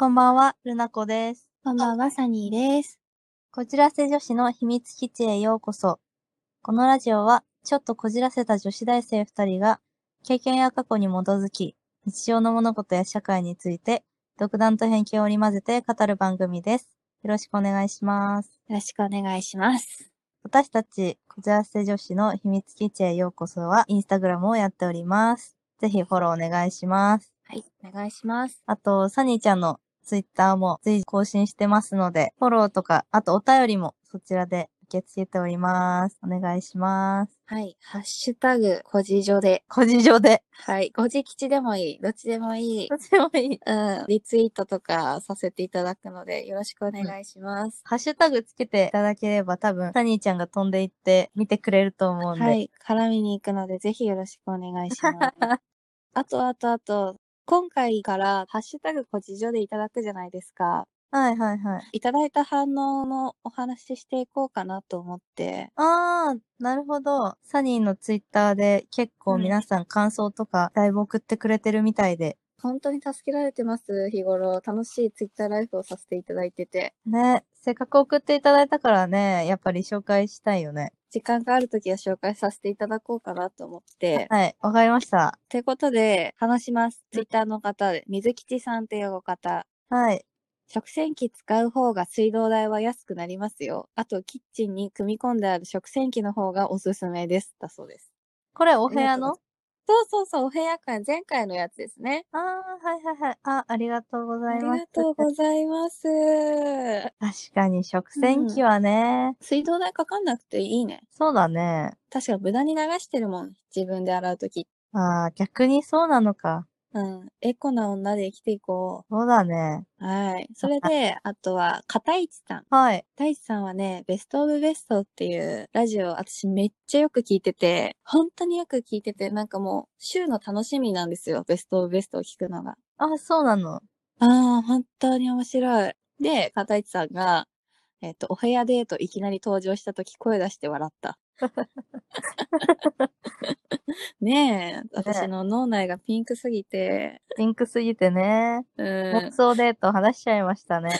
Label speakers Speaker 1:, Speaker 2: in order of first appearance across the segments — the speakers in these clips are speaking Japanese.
Speaker 1: こんばんは、ルナコです。
Speaker 2: こんばんは、サニーです。
Speaker 1: こじらせ女子の秘密基地へようこそ。このラジオは、ちょっとこじらせた女子大生二人が、経験や過去に基づき、日常の物事や社会について、独断と偏見を織り交ぜて語る番組です。よろしくお願いします。
Speaker 2: よろしくお願いします。
Speaker 1: 私たち、こじらせ女子の秘密基地へようこそは、インスタグラムをやっております。ぜひフォローお願いします。
Speaker 2: はい、お願いします。
Speaker 1: あと、サニーちゃんのツイッターも随時更新してますので、フォローとか、あとお便りもそちらで受け付けております。お願いします。
Speaker 2: はい、ハッシュタグ、個人上で。
Speaker 1: 個人情で。
Speaker 2: はい、個人吉でもいい、どっちでもいい。
Speaker 1: とてもいい。
Speaker 2: うん、リツイートとかさせていただくので、よろしくお願いします。
Speaker 1: ハッシュタグつけていただければ多分、サニーちゃんが飛んでいって見てくれると思うんで。
Speaker 2: はい、絡みに行くので、ぜひよろしくお願いし ます。あと、あと、あと、今回から、ハッシュタグ、個人上でいただくじゃないですか。
Speaker 1: はいはいはい。
Speaker 2: いただいた反応のお話ししていこうかなと思って。
Speaker 1: あー、なるほど。サニーのツイッターで結構
Speaker 2: うん
Speaker 1: 皆さん感想とかだいぶ送ってくれてるみたいで。
Speaker 2: 本当に助けられてます、日頃。楽しいツイッターライフをさせていただいてて。
Speaker 1: ね、せっかく送っていただいたからね、やっぱり紹介したいよね。
Speaker 2: 時間があるときは紹介させていただこうかなと思って。
Speaker 1: はい、わかりました。
Speaker 2: ってことで、話します。ツイッターの方で、水吉さんというお方。
Speaker 1: はい。
Speaker 2: 食洗機使う方が水道代は安くなりますよ。あと、キッチンに組み込んである食洗機の方がおすすめです。だそうです。
Speaker 1: これお部
Speaker 2: あ
Speaker 1: 屋
Speaker 2: りが
Speaker 1: の
Speaker 2: とそうそうそう、お部屋会、前回のやつですね。
Speaker 1: ああ、はいはいはい。あ、ありがとうござ
Speaker 2: あ
Speaker 1: い
Speaker 2: り
Speaker 1: ます。
Speaker 2: がとうございます。
Speaker 1: 確かに食洗機はね、
Speaker 2: 水道代かかんなくていいね。
Speaker 1: そうだね。
Speaker 2: 確か無駄に流してるもん。自分で洗うとき。
Speaker 1: ああ、逆にそうなのか。
Speaker 2: うん。エコな女で生きていこ
Speaker 1: そうだね。
Speaker 2: う。はい。それで、あとは、片市さん。
Speaker 1: はい。
Speaker 2: 片市さんはね、ベストオブベストっていうラジオ、私めっちゃよく聞いてて、本当によく聞いてて、なんかもう、週の楽しみなんですよ。ベストオブベストを聞くのが。
Speaker 1: あそうなの。
Speaker 2: ああ、本当に面白い。で、片市さんが、えっ、と、お部屋デートいきなり登場したとき声出して笑 った。ねえ、私の脳内がピンクすぎて、
Speaker 1: ピンクすぎてね。
Speaker 2: うん
Speaker 1: 妄。想デート話しちゃいました ね。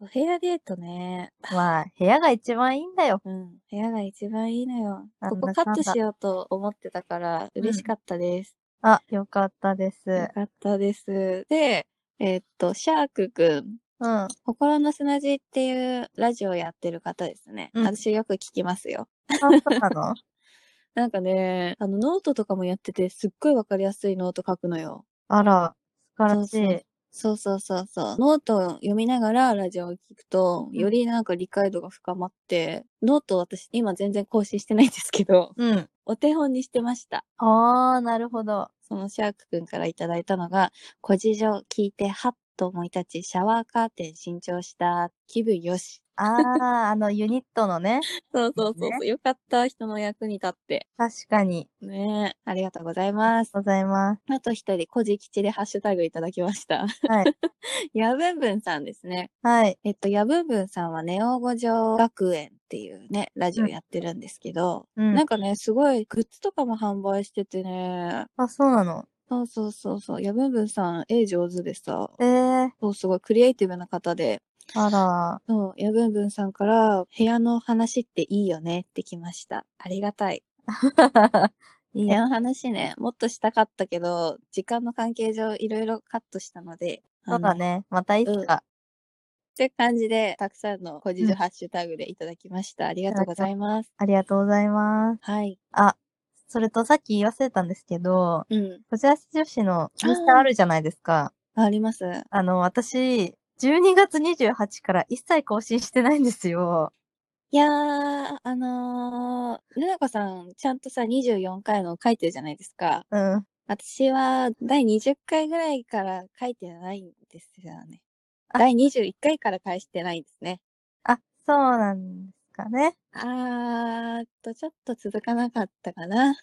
Speaker 2: お部屋デートね。
Speaker 1: まあ、部屋が一番いいんだよ。
Speaker 2: うん。部屋が一番いいのよ。
Speaker 1: なんだ
Speaker 2: ここ
Speaker 1: か
Speaker 2: カ
Speaker 1: んだ
Speaker 2: ットしようと思ってたから、嬉しかったです。
Speaker 1: あ、よかったです。
Speaker 2: よかったです。で、えっと、シャークくん。
Speaker 1: うん。
Speaker 2: 心の砂地っていうラジオやってる方ですね。
Speaker 1: うん
Speaker 2: 私よく聞きますよ。
Speaker 1: あ、そうなの
Speaker 2: なんかね、あの、ノートとかもやってて、すっごいわかりやすいノート書くのよ。
Speaker 1: あら、素晴らしい。
Speaker 2: そうそうそうそうそう。ノートを読みながらラジオを聞くと、
Speaker 1: うん
Speaker 2: よりなんか理解度が深まって、ノート私今全然更新してないんですけど、
Speaker 1: うん。
Speaker 2: お手本にしてました。
Speaker 1: ああ、なるほど。
Speaker 2: そのシャークくんからいただいたのが、小事情聞いてはっと思い立ち、シャワーカーテン新調した、気分よし。
Speaker 1: ああ、あの、ユニットのね。
Speaker 2: そうそうそう
Speaker 1: です
Speaker 2: そう、よかった、人の役に立って。
Speaker 1: 確かに。
Speaker 2: ねえ、ありがとうござい
Speaker 1: ありが
Speaker 2: ま
Speaker 1: と
Speaker 2: す。
Speaker 1: うございます。
Speaker 2: あと一人、小じ吉でハッシュタグいただきました。
Speaker 1: はい。
Speaker 2: やぶんぶんさんですね。
Speaker 1: はい。
Speaker 2: えっと、やぶんぶんさんはネオ五条学園っていうね、ラジオ
Speaker 1: うん
Speaker 2: やってるんですけど、
Speaker 1: うん。
Speaker 2: なんかね、すごいグッズとかも販売しててね、
Speaker 1: あ、そうなの。
Speaker 2: そうそうそうそう、やぶんぶんさん絵上手でさ、
Speaker 1: ええ
Speaker 2: そうすごいクリエイティブな方で、
Speaker 1: あ ら。
Speaker 2: そう、やぶんぶんさんから部屋の話っていいよねってきました。ありがたい。
Speaker 1: いい
Speaker 2: 部屋
Speaker 1: や。
Speaker 2: の話ね、もっとしたかったけど、時間の関係上いろいろカットしたので、あ
Speaker 1: そう
Speaker 2: の
Speaker 1: だね。またいつか。
Speaker 2: って感じで、たくさんの個人
Speaker 1: う
Speaker 2: 情
Speaker 1: ん
Speaker 2: ハッシュタグでいただきました。ありがとうございます。
Speaker 1: ありがとうございます。
Speaker 2: はい。
Speaker 1: あ、それとさっき言わせたんですけど、
Speaker 2: うん。
Speaker 1: こちら女子のインスタあるじゃないですか。
Speaker 2: あります。
Speaker 1: あの、私、12月28から一切更新してないんですよ。
Speaker 2: いやー、あのー、ルナコさん、ちゃんとさ、24回の書いてるじゃないですか。
Speaker 1: うん。
Speaker 2: 私は、第20回ぐらいから書いてないんですよね。
Speaker 1: あ
Speaker 2: 第21回から返してないんですね。
Speaker 1: あ、そうなんですかね。
Speaker 2: あーっと、ちょっと続かなかったかな。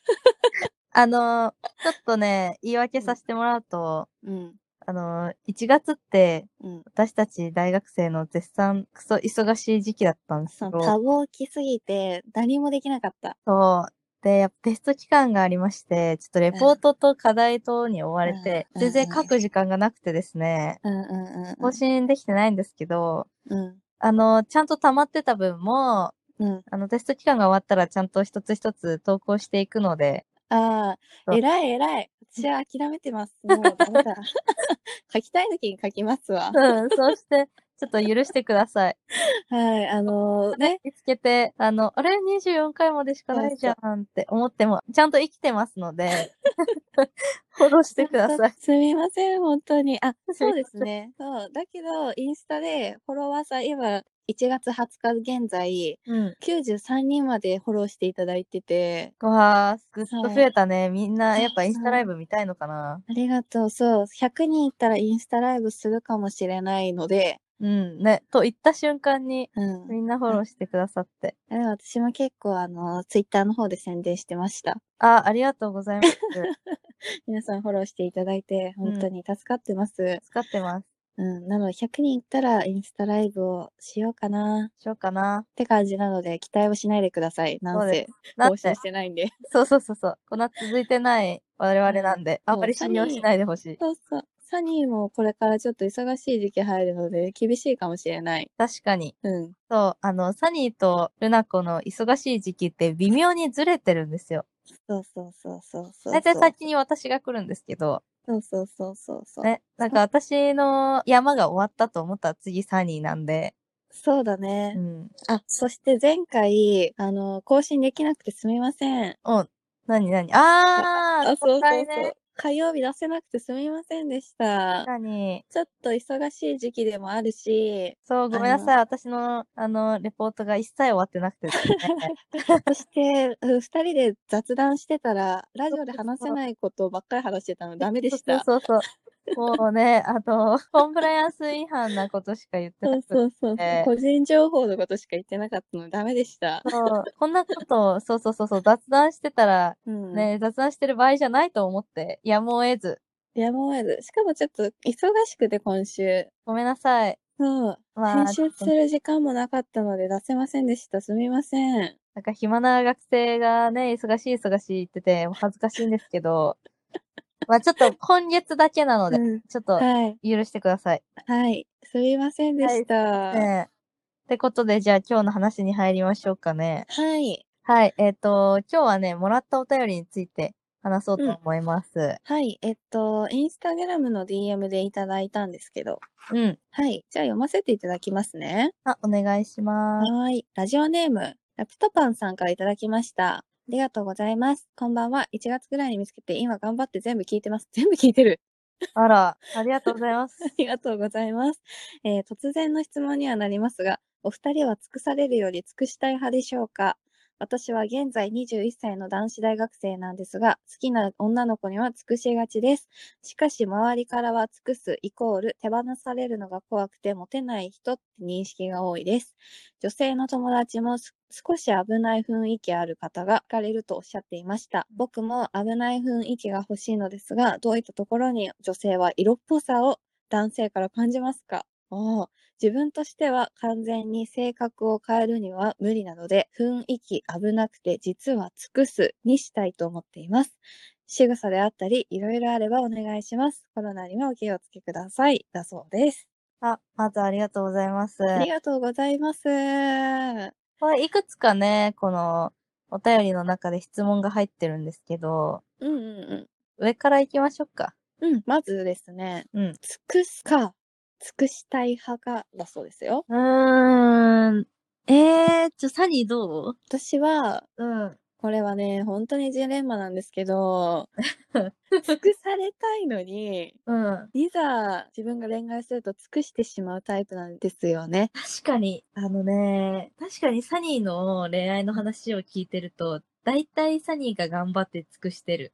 Speaker 1: あの、ちょっとね、言い訳させてもらうと、
Speaker 2: うん。
Speaker 1: あの、1月って、
Speaker 2: うん。
Speaker 1: 私たち大学生の絶賛クソ忙しい時期だったんです
Speaker 2: そ
Speaker 1: け
Speaker 2: の
Speaker 1: ど、
Speaker 2: 多忙期すぎて、何もできなかった。
Speaker 1: そう。で、やっぱテスト期間がありまして、ちょっとレポートと課題等に追われて、
Speaker 2: うん
Speaker 1: 全然書く時間がなくてですね、
Speaker 2: うんうんうん
Speaker 1: 更新できてないんですけど、
Speaker 2: うん
Speaker 1: あの、ちゃんと溜まってた分も、
Speaker 2: うん
Speaker 1: あの、テスト期間が終わったらちゃんと一つ一つ投稿していくので、
Speaker 2: あ
Speaker 1: そ
Speaker 2: あ、
Speaker 1: う
Speaker 2: えらいえらい。私は諦めてます。もうダメだ。 書きたい時に書きますわ。
Speaker 1: うん、そうして、 ちょっと許してください。
Speaker 2: はい、あのーね。
Speaker 1: 見つけて、あの、あれ ?24 回までしかないじゃんって思っても、ちゃんと生きてますので、フォローしてください。
Speaker 2: すみません、本当に。あ、 そうですね。そう。だけど、インスタでフォロワーさん、今、1月20日現在、
Speaker 1: うん。
Speaker 2: 93人までフォローしていただいてて、
Speaker 1: わー、ぐっと
Speaker 2: はい
Speaker 1: 増えたね。みんな、
Speaker 2: そう
Speaker 1: やっぱインス
Speaker 2: そ
Speaker 1: タ
Speaker 2: う
Speaker 1: ライブ見たいのかな。
Speaker 2: ありがとう。そう。100人いったらインスタライブするかもしれないので、
Speaker 1: うん、ね。と言った瞬間に、
Speaker 2: うん。
Speaker 1: みんなフォローしてくださって。
Speaker 2: でも私も結構、あの、ツイッターの方で宣伝してました。
Speaker 1: あ、ありがとうございます。
Speaker 2: 皆さんフォローしていただいて、
Speaker 1: うん
Speaker 2: 本当に助かってます。
Speaker 1: 使ってます。
Speaker 2: うん、なので100人いったらインスタライブをしようかな
Speaker 1: しようかな
Speaker 2: っ。て感じなので期待をしないでください。なんせ
Speaker 1: だっ
Speaker 2: 更
Speaker 1: て
Speaker 2: 新し、てないんで。
Speaker 1: そうそうそうそう。こんな続いてない我々なんで、あんまり信用しないでほしい。
Speaker 2: そうそう。サニーもこれからちょっと忙しい時期入るので厳しいかもしれない。
Speaker 1: 確かに。
Speaker 2: うん。
Speaker 1: そう、あの、サニーとルナ子の忙しい時期って微妙にずれてるんですよ。
Speaker 2: そうそうそうそうそう。
Speaker 1: 大体先に私が来るんですけど、
Speaker 2: そうそうそうそうそう。
Speaker 1: ね、なんか私の山が終わったと思ったら次サニーなんで、
Speaker 2: そうだね
Speaker 1: う。ん。
Speaker 2: あ、そして前回、あの、更新できなくてすみません。
Speaker 1: なにな にあー、
Speaker 2: あ、そうそ
Speaker 1: 国
Speaker 2: う
Speaker 1: 会
Speaker 2: そう
Speaker 1: ね。。
Speaker 2: 火曜日出せなくてすみませんでした
Speaker 1: 確。かに。
Speaker 2: ちょっと忙しい時期でもあるし、
Speaker 1: そう、ごめんなさい。私の、あの、レポートが一切終わってなくてですね。
Speaker 2: そして、うん二人で雑談してたら、ラジオで話せないことばっかり話してた のダメでした。
Speaker 1: そうそうそう。もうね、あの、コンプライアンス違反なことしか言って
Speaker 2: そ
Speaker 1: な
Speaker 2: う
Speaker 1: くて
Speaker 2: そうそう
Speaker 1: え。ー
Speaker 2: 個人情報のことしか言ってなかったのダメでした。
Speaker 1: そう、こんなことを、そうそうそうそう、雑談してたら、
Speaker 2: うん。
Speaker 1: ね、雑談してる場合じゃないと思って、やむを得ず。
Speaker 2: やむを得ず。しかもちょっと忙しくて今週。
Speaker 1: ごめんなさい。
Speaker 2: そう。
Speaker 1: まあ、
Speaker 2: 編集する時間もなかったので出せませんでした。すみません。
Speaker 1: なんか暇な学生がね、忙しい忙しい言ってて、もう恥ずかしいんですけど、まあちょっと今月だけなので、
Speaker 2: うん
Speaker 1: ちょっと
Speaker 2: はい。
Speaker 1: 許してください。
Speaker 2: はい。すみませんでした。は
Speaker 1: ねってことで、じゃあ今日の話に入りましょうかね。
Speaker 2: い。
Speaker 1: はい、えっ、と、今日はね、もらったお便りについて話そうと思います。
Speaker 2: はい。えっと、インスタグラムの DM でいただいたんですけど。
Speaker 1: うん。
Speaker 2: はい。じゃあ読ませていただきますね。
Speaker 1: あ、お願いします。
Speaker 2: はーい。ラジオネーム、ラプトパンさんからいただきました。ありがとうございます。こんばんは。1月ぐらいに見つけて、今頑張って全部聞いてます。全部聞いてる。
Speaker 1: あら、ありがとうございます。
Speaker 2: ありがとうございます。えー突然の質問にはなりますが、お二人は尽くされるより尽くしたい派でしょうか私は現在21歳の男子大学生なんですが、好きな女の子には尽くしがちです。しかし、周りからは尽くすイコール手放されるのが怖くてモテない人って認識が多いです。女性の友達もす少し危ない雰囲気ある方が聞かれるとおっしゃっていました。僕も危ない雰囲気が欲しいのですが、どういったところに女性は色っぽさを男性から感じますかおー自分としては完全に性格を変えるには無理なので、雰囲気危なくて実は尽くすにしたいと思っています。仕草であったり、いろいろあればお願いします。コロナにはお気をつけください。だそうです。
Speaker 1: あ、まずありがとうございます。
Speaker 2: ありがとうございます。は
Speaker 1: これいくつかね、このお便りの中で質問が入ってるんですけど、
Speaker 2: うんうん
Speaker 1: 上から行きましょうか。
Speaker 2: うん。うん、まずですね、
Speaker 1: うん。う
Speaker 2: 尽くすか、尽くしたい派か、だそうですよ。
Speaker 1: ーん。えー、ちょ、サニーどう
Speaker 2: 私は、
Speaker 1: うん。
Speaker 2: これはね、本当にジレンマなんですけど、尽くされたいのに、
Speaker 1: うん。
Speaker 2: いざ自分が恋愛すると尽くしてしまうタイプなんですよね。
Speaker 1: 確かに、あのね、確かにサニーの恋愛の話を聞いてると、だいたいサニーが頑張って尽くしてる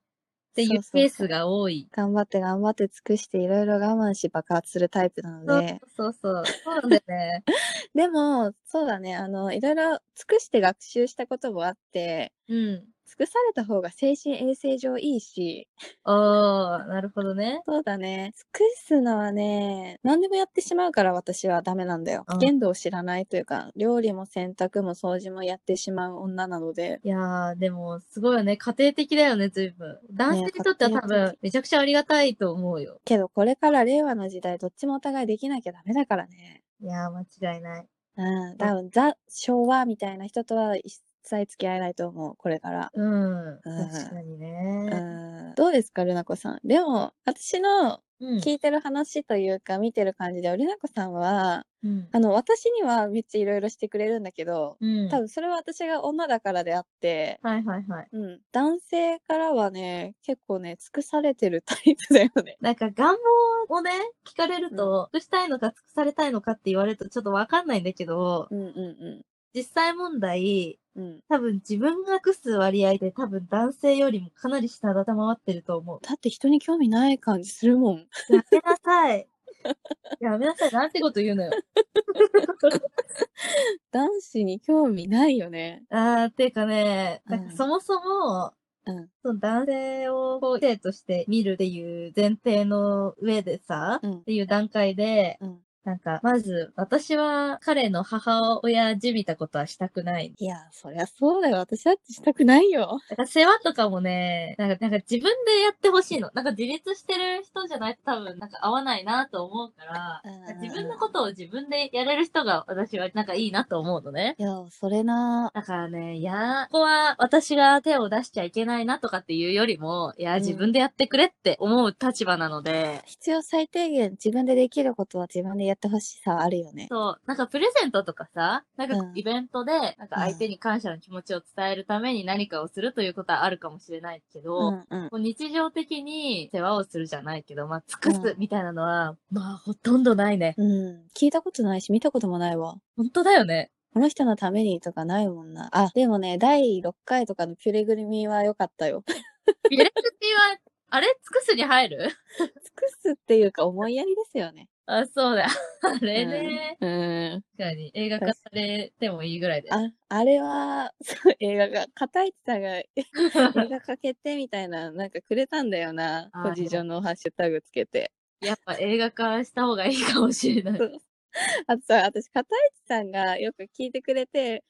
Speaker 1: ってい
Speaker 2: そう
Speaker 1: う
Speaker 2: そう
Speaker 1: ケースが多い。
Speaker 2: 頑張って頑張って尽くしていろいろ我慢し爆発するタイプなの
Speaker 1: そう
Speaker 2: で。
Speaker 1: そうそう。そうなんだよね。
Speaker 2: でも、そうだね、あの、いろいろ尽くして学習したこともあって、
Speaker 1: うん。
Speaker 2: 尽くされた方が精神衛生上いいし、
Speaker 1: ああ、なるほどね。
Speaker 2: そうだね。尽くすのはね、何でもやってしまうから私はダメなんだよ
Speaker 1: うん。
Speaker 2: 限度を知らないというか、料理も洗濯も掃除もやってしまう女なので、
Speaker 1: いやー、でも、すごいよね。家庭的だよね、随分。男性にとっては多
Speaker 2: 家庭
Speaker 1: 分、めちゃくちゃありがたいと思うよ。
Speaker 2: けどこれから令和の時代どっちもお互いできなきゃダメだからね。
Speaker 1: いやー、間違いない。
Speaker 2: うん。多分ザ・昭和みたいな人とは一切付き合えないと思う、これから。
Speaker 1: うん。
Speaker 2: うん
Speaker 1: 確かに
Speaker 2: う
Speaker 1: ね。
Speaker 2: ん。どうですか、ルナコさん。でも、私の
Speaker 1: うん。
Speaker 2: 聞いてる話というか、見てる感じで、ルナコさんは、
Speaker 1: うん。
Speaker 2: あの、私にはめっちゃいろいろしてくれるんだけど、
Speaker 1: うん。
Speaker 2: 多分それは私が女だからであって、
Speaker 1: はいはいはい。
Speaker 2: うん。男性からはね、結構ね、尽くされてるタイプだよね。
Speaker 1: なんか願望をね、聞かれると、尽くしたいのか尽くされたいのかって言われるとちょっとわかんないんだけど、
Speaker 2: うんう
Speaker 1: 実際問題、
Speaker 2: んうん。うん。
Speaker 1: 多分自分が尽くす割合で多分男性よりもかなり下だたまわってると思う。
Speaker 2: だって人に興味ない感じするもん。
Speaker 1: やめなさ い。やめなさい。なんてこと言うのよ。
Speaker 2: 男子に興味ないよね。
Speaker 1: あー、ていうかね、
Speaker 2: うん
Speaker 1: なんかそもそも、
Speaker 2: うん
Speaker 1: その男性をこう性として見るっていう前提の上でさ、
Speaker 2: うん
Speaker 1: っていう段階で、
Speaker 2: うん。
Speaker 1: なんか、まず、私は彼の母親じみたことはしたくない。
Speaker 2: いや、そりゃそうだよ。私だってしたくないよ。
Speaker 1: だから世話とかもね、なんか、なんか自分でやってほしいの。なんか自立してる人じゃないと多分、なんか合わないなと思うから、
Speaker 2: うん
Speaker 1: 自分のことを自分でやれる人が私はなんかいいなと思うのね。
Speaker 2: いや、それな。
Speaker 1: だからね、いやー、ここは私が手を出しちゃいけないなとかっていうよりも、いやー、
Speaker 2: うん
Speaker 1: 自分でやってくれって思う立場なので、
Speaker 2: 必要最低限自分でできることは自分でやってほしさあるよね。
Speaker 1: そう、なんかプレゼントとかさ、なんか
Speaker 2: うん
Speaker 1: イベントで、なんか相手に感謝の気持ちを伝えるために何かをするということはあるかもしれないけ
Speaker 2: う
Speaker 1: ど、
Speaker 2: んうん。
Speaker 1: こう日常的に世話をするじゃないけど、まあ、尽く
Speaker 2: う
Speaker 1: すみたいなのは、まあ、ほとんどないね。
Speaker 2: うん。聞いたことないし、見たこともないわ。
Speaker 1: 本当だよね。
Speaker 2: この人のためにとかないもんな。あ、でもね、第6回とかのピュレグルミは良かったよ。
Speaker 1: ビレクティは、あれ尽くすに入る
Speaker 2: 尽くすっていうか思いやりですよね。
Speaker 1: あ、そうだ。あれね。
Speaker 2: うん。
Speaker 1: 確かに。映画化されてもいいぐらいだよね
Speaker 2: あ、あれは、 そう、映画が、片市さんが 映画かけてみたいな、なんかくれたんだよな。
Speaker 1: あー
Speaker 2: ポジションのハッシュタグつけて。
Speaker 1: やっぱ映画化した方がいいかもしれない。
Speaker 2: あとさ、私、片市さんがよく聞いてくれて、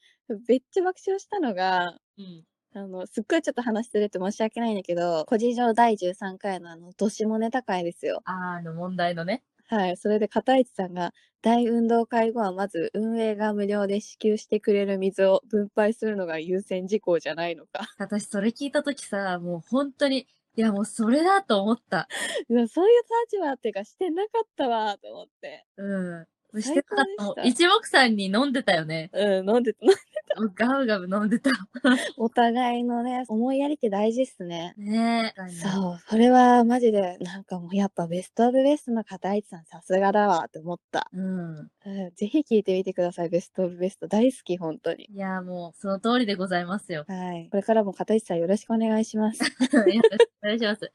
Speaker 2: めっちゃ爆笑したのが、
Speaker 1: うん。
Speaker 2: あの、すっごいちょっと話ずれて申し訳ないんだけど、個人上第13回のあの、どしもネタ会ですよ。
Speaker 1: あーあの問題のね。
Speaker 2: はい。それで片市さんが、大運動会後はまず運営が無料で支給してくれる水を分配するのが優先事項じゃないのか。
Speaker 1: 私それ聞いたときさ、もう本当に、いやもうそれだと思った。
Speaker 2: いやそういう立場っていうかしてなかったわと思って。
Speaker 1: うん。し
Speaker 2: 最
Speaker 1: て
Speaker 2: 高
Speaker 1: なかっ
Speaker 2: でした
Speaker 1: たもん一目散に飲んでたよね。
Speaker 2: うん、飲んでた。
Speaker 1: ガブガブ飲んでた。
Speaker 2: お互いのね、思いやりって大事っすね。
Speaker 1: ねえ。
Speaker 2: そう、それはマジで、なんかもうやっぱベストオブベストの片市さんさすがだわって思った。
Speaker 1: う。うん。
Speaker 2: うん、ぜひ聞いてみてください、ベストオブベスト。大好き、本当に。。
Speaker 1: いやもうその通りでございますよ
Speaker 2: はい。これからも片市さんよろしくお願いし ます。
Speaker 1: いやお願いします。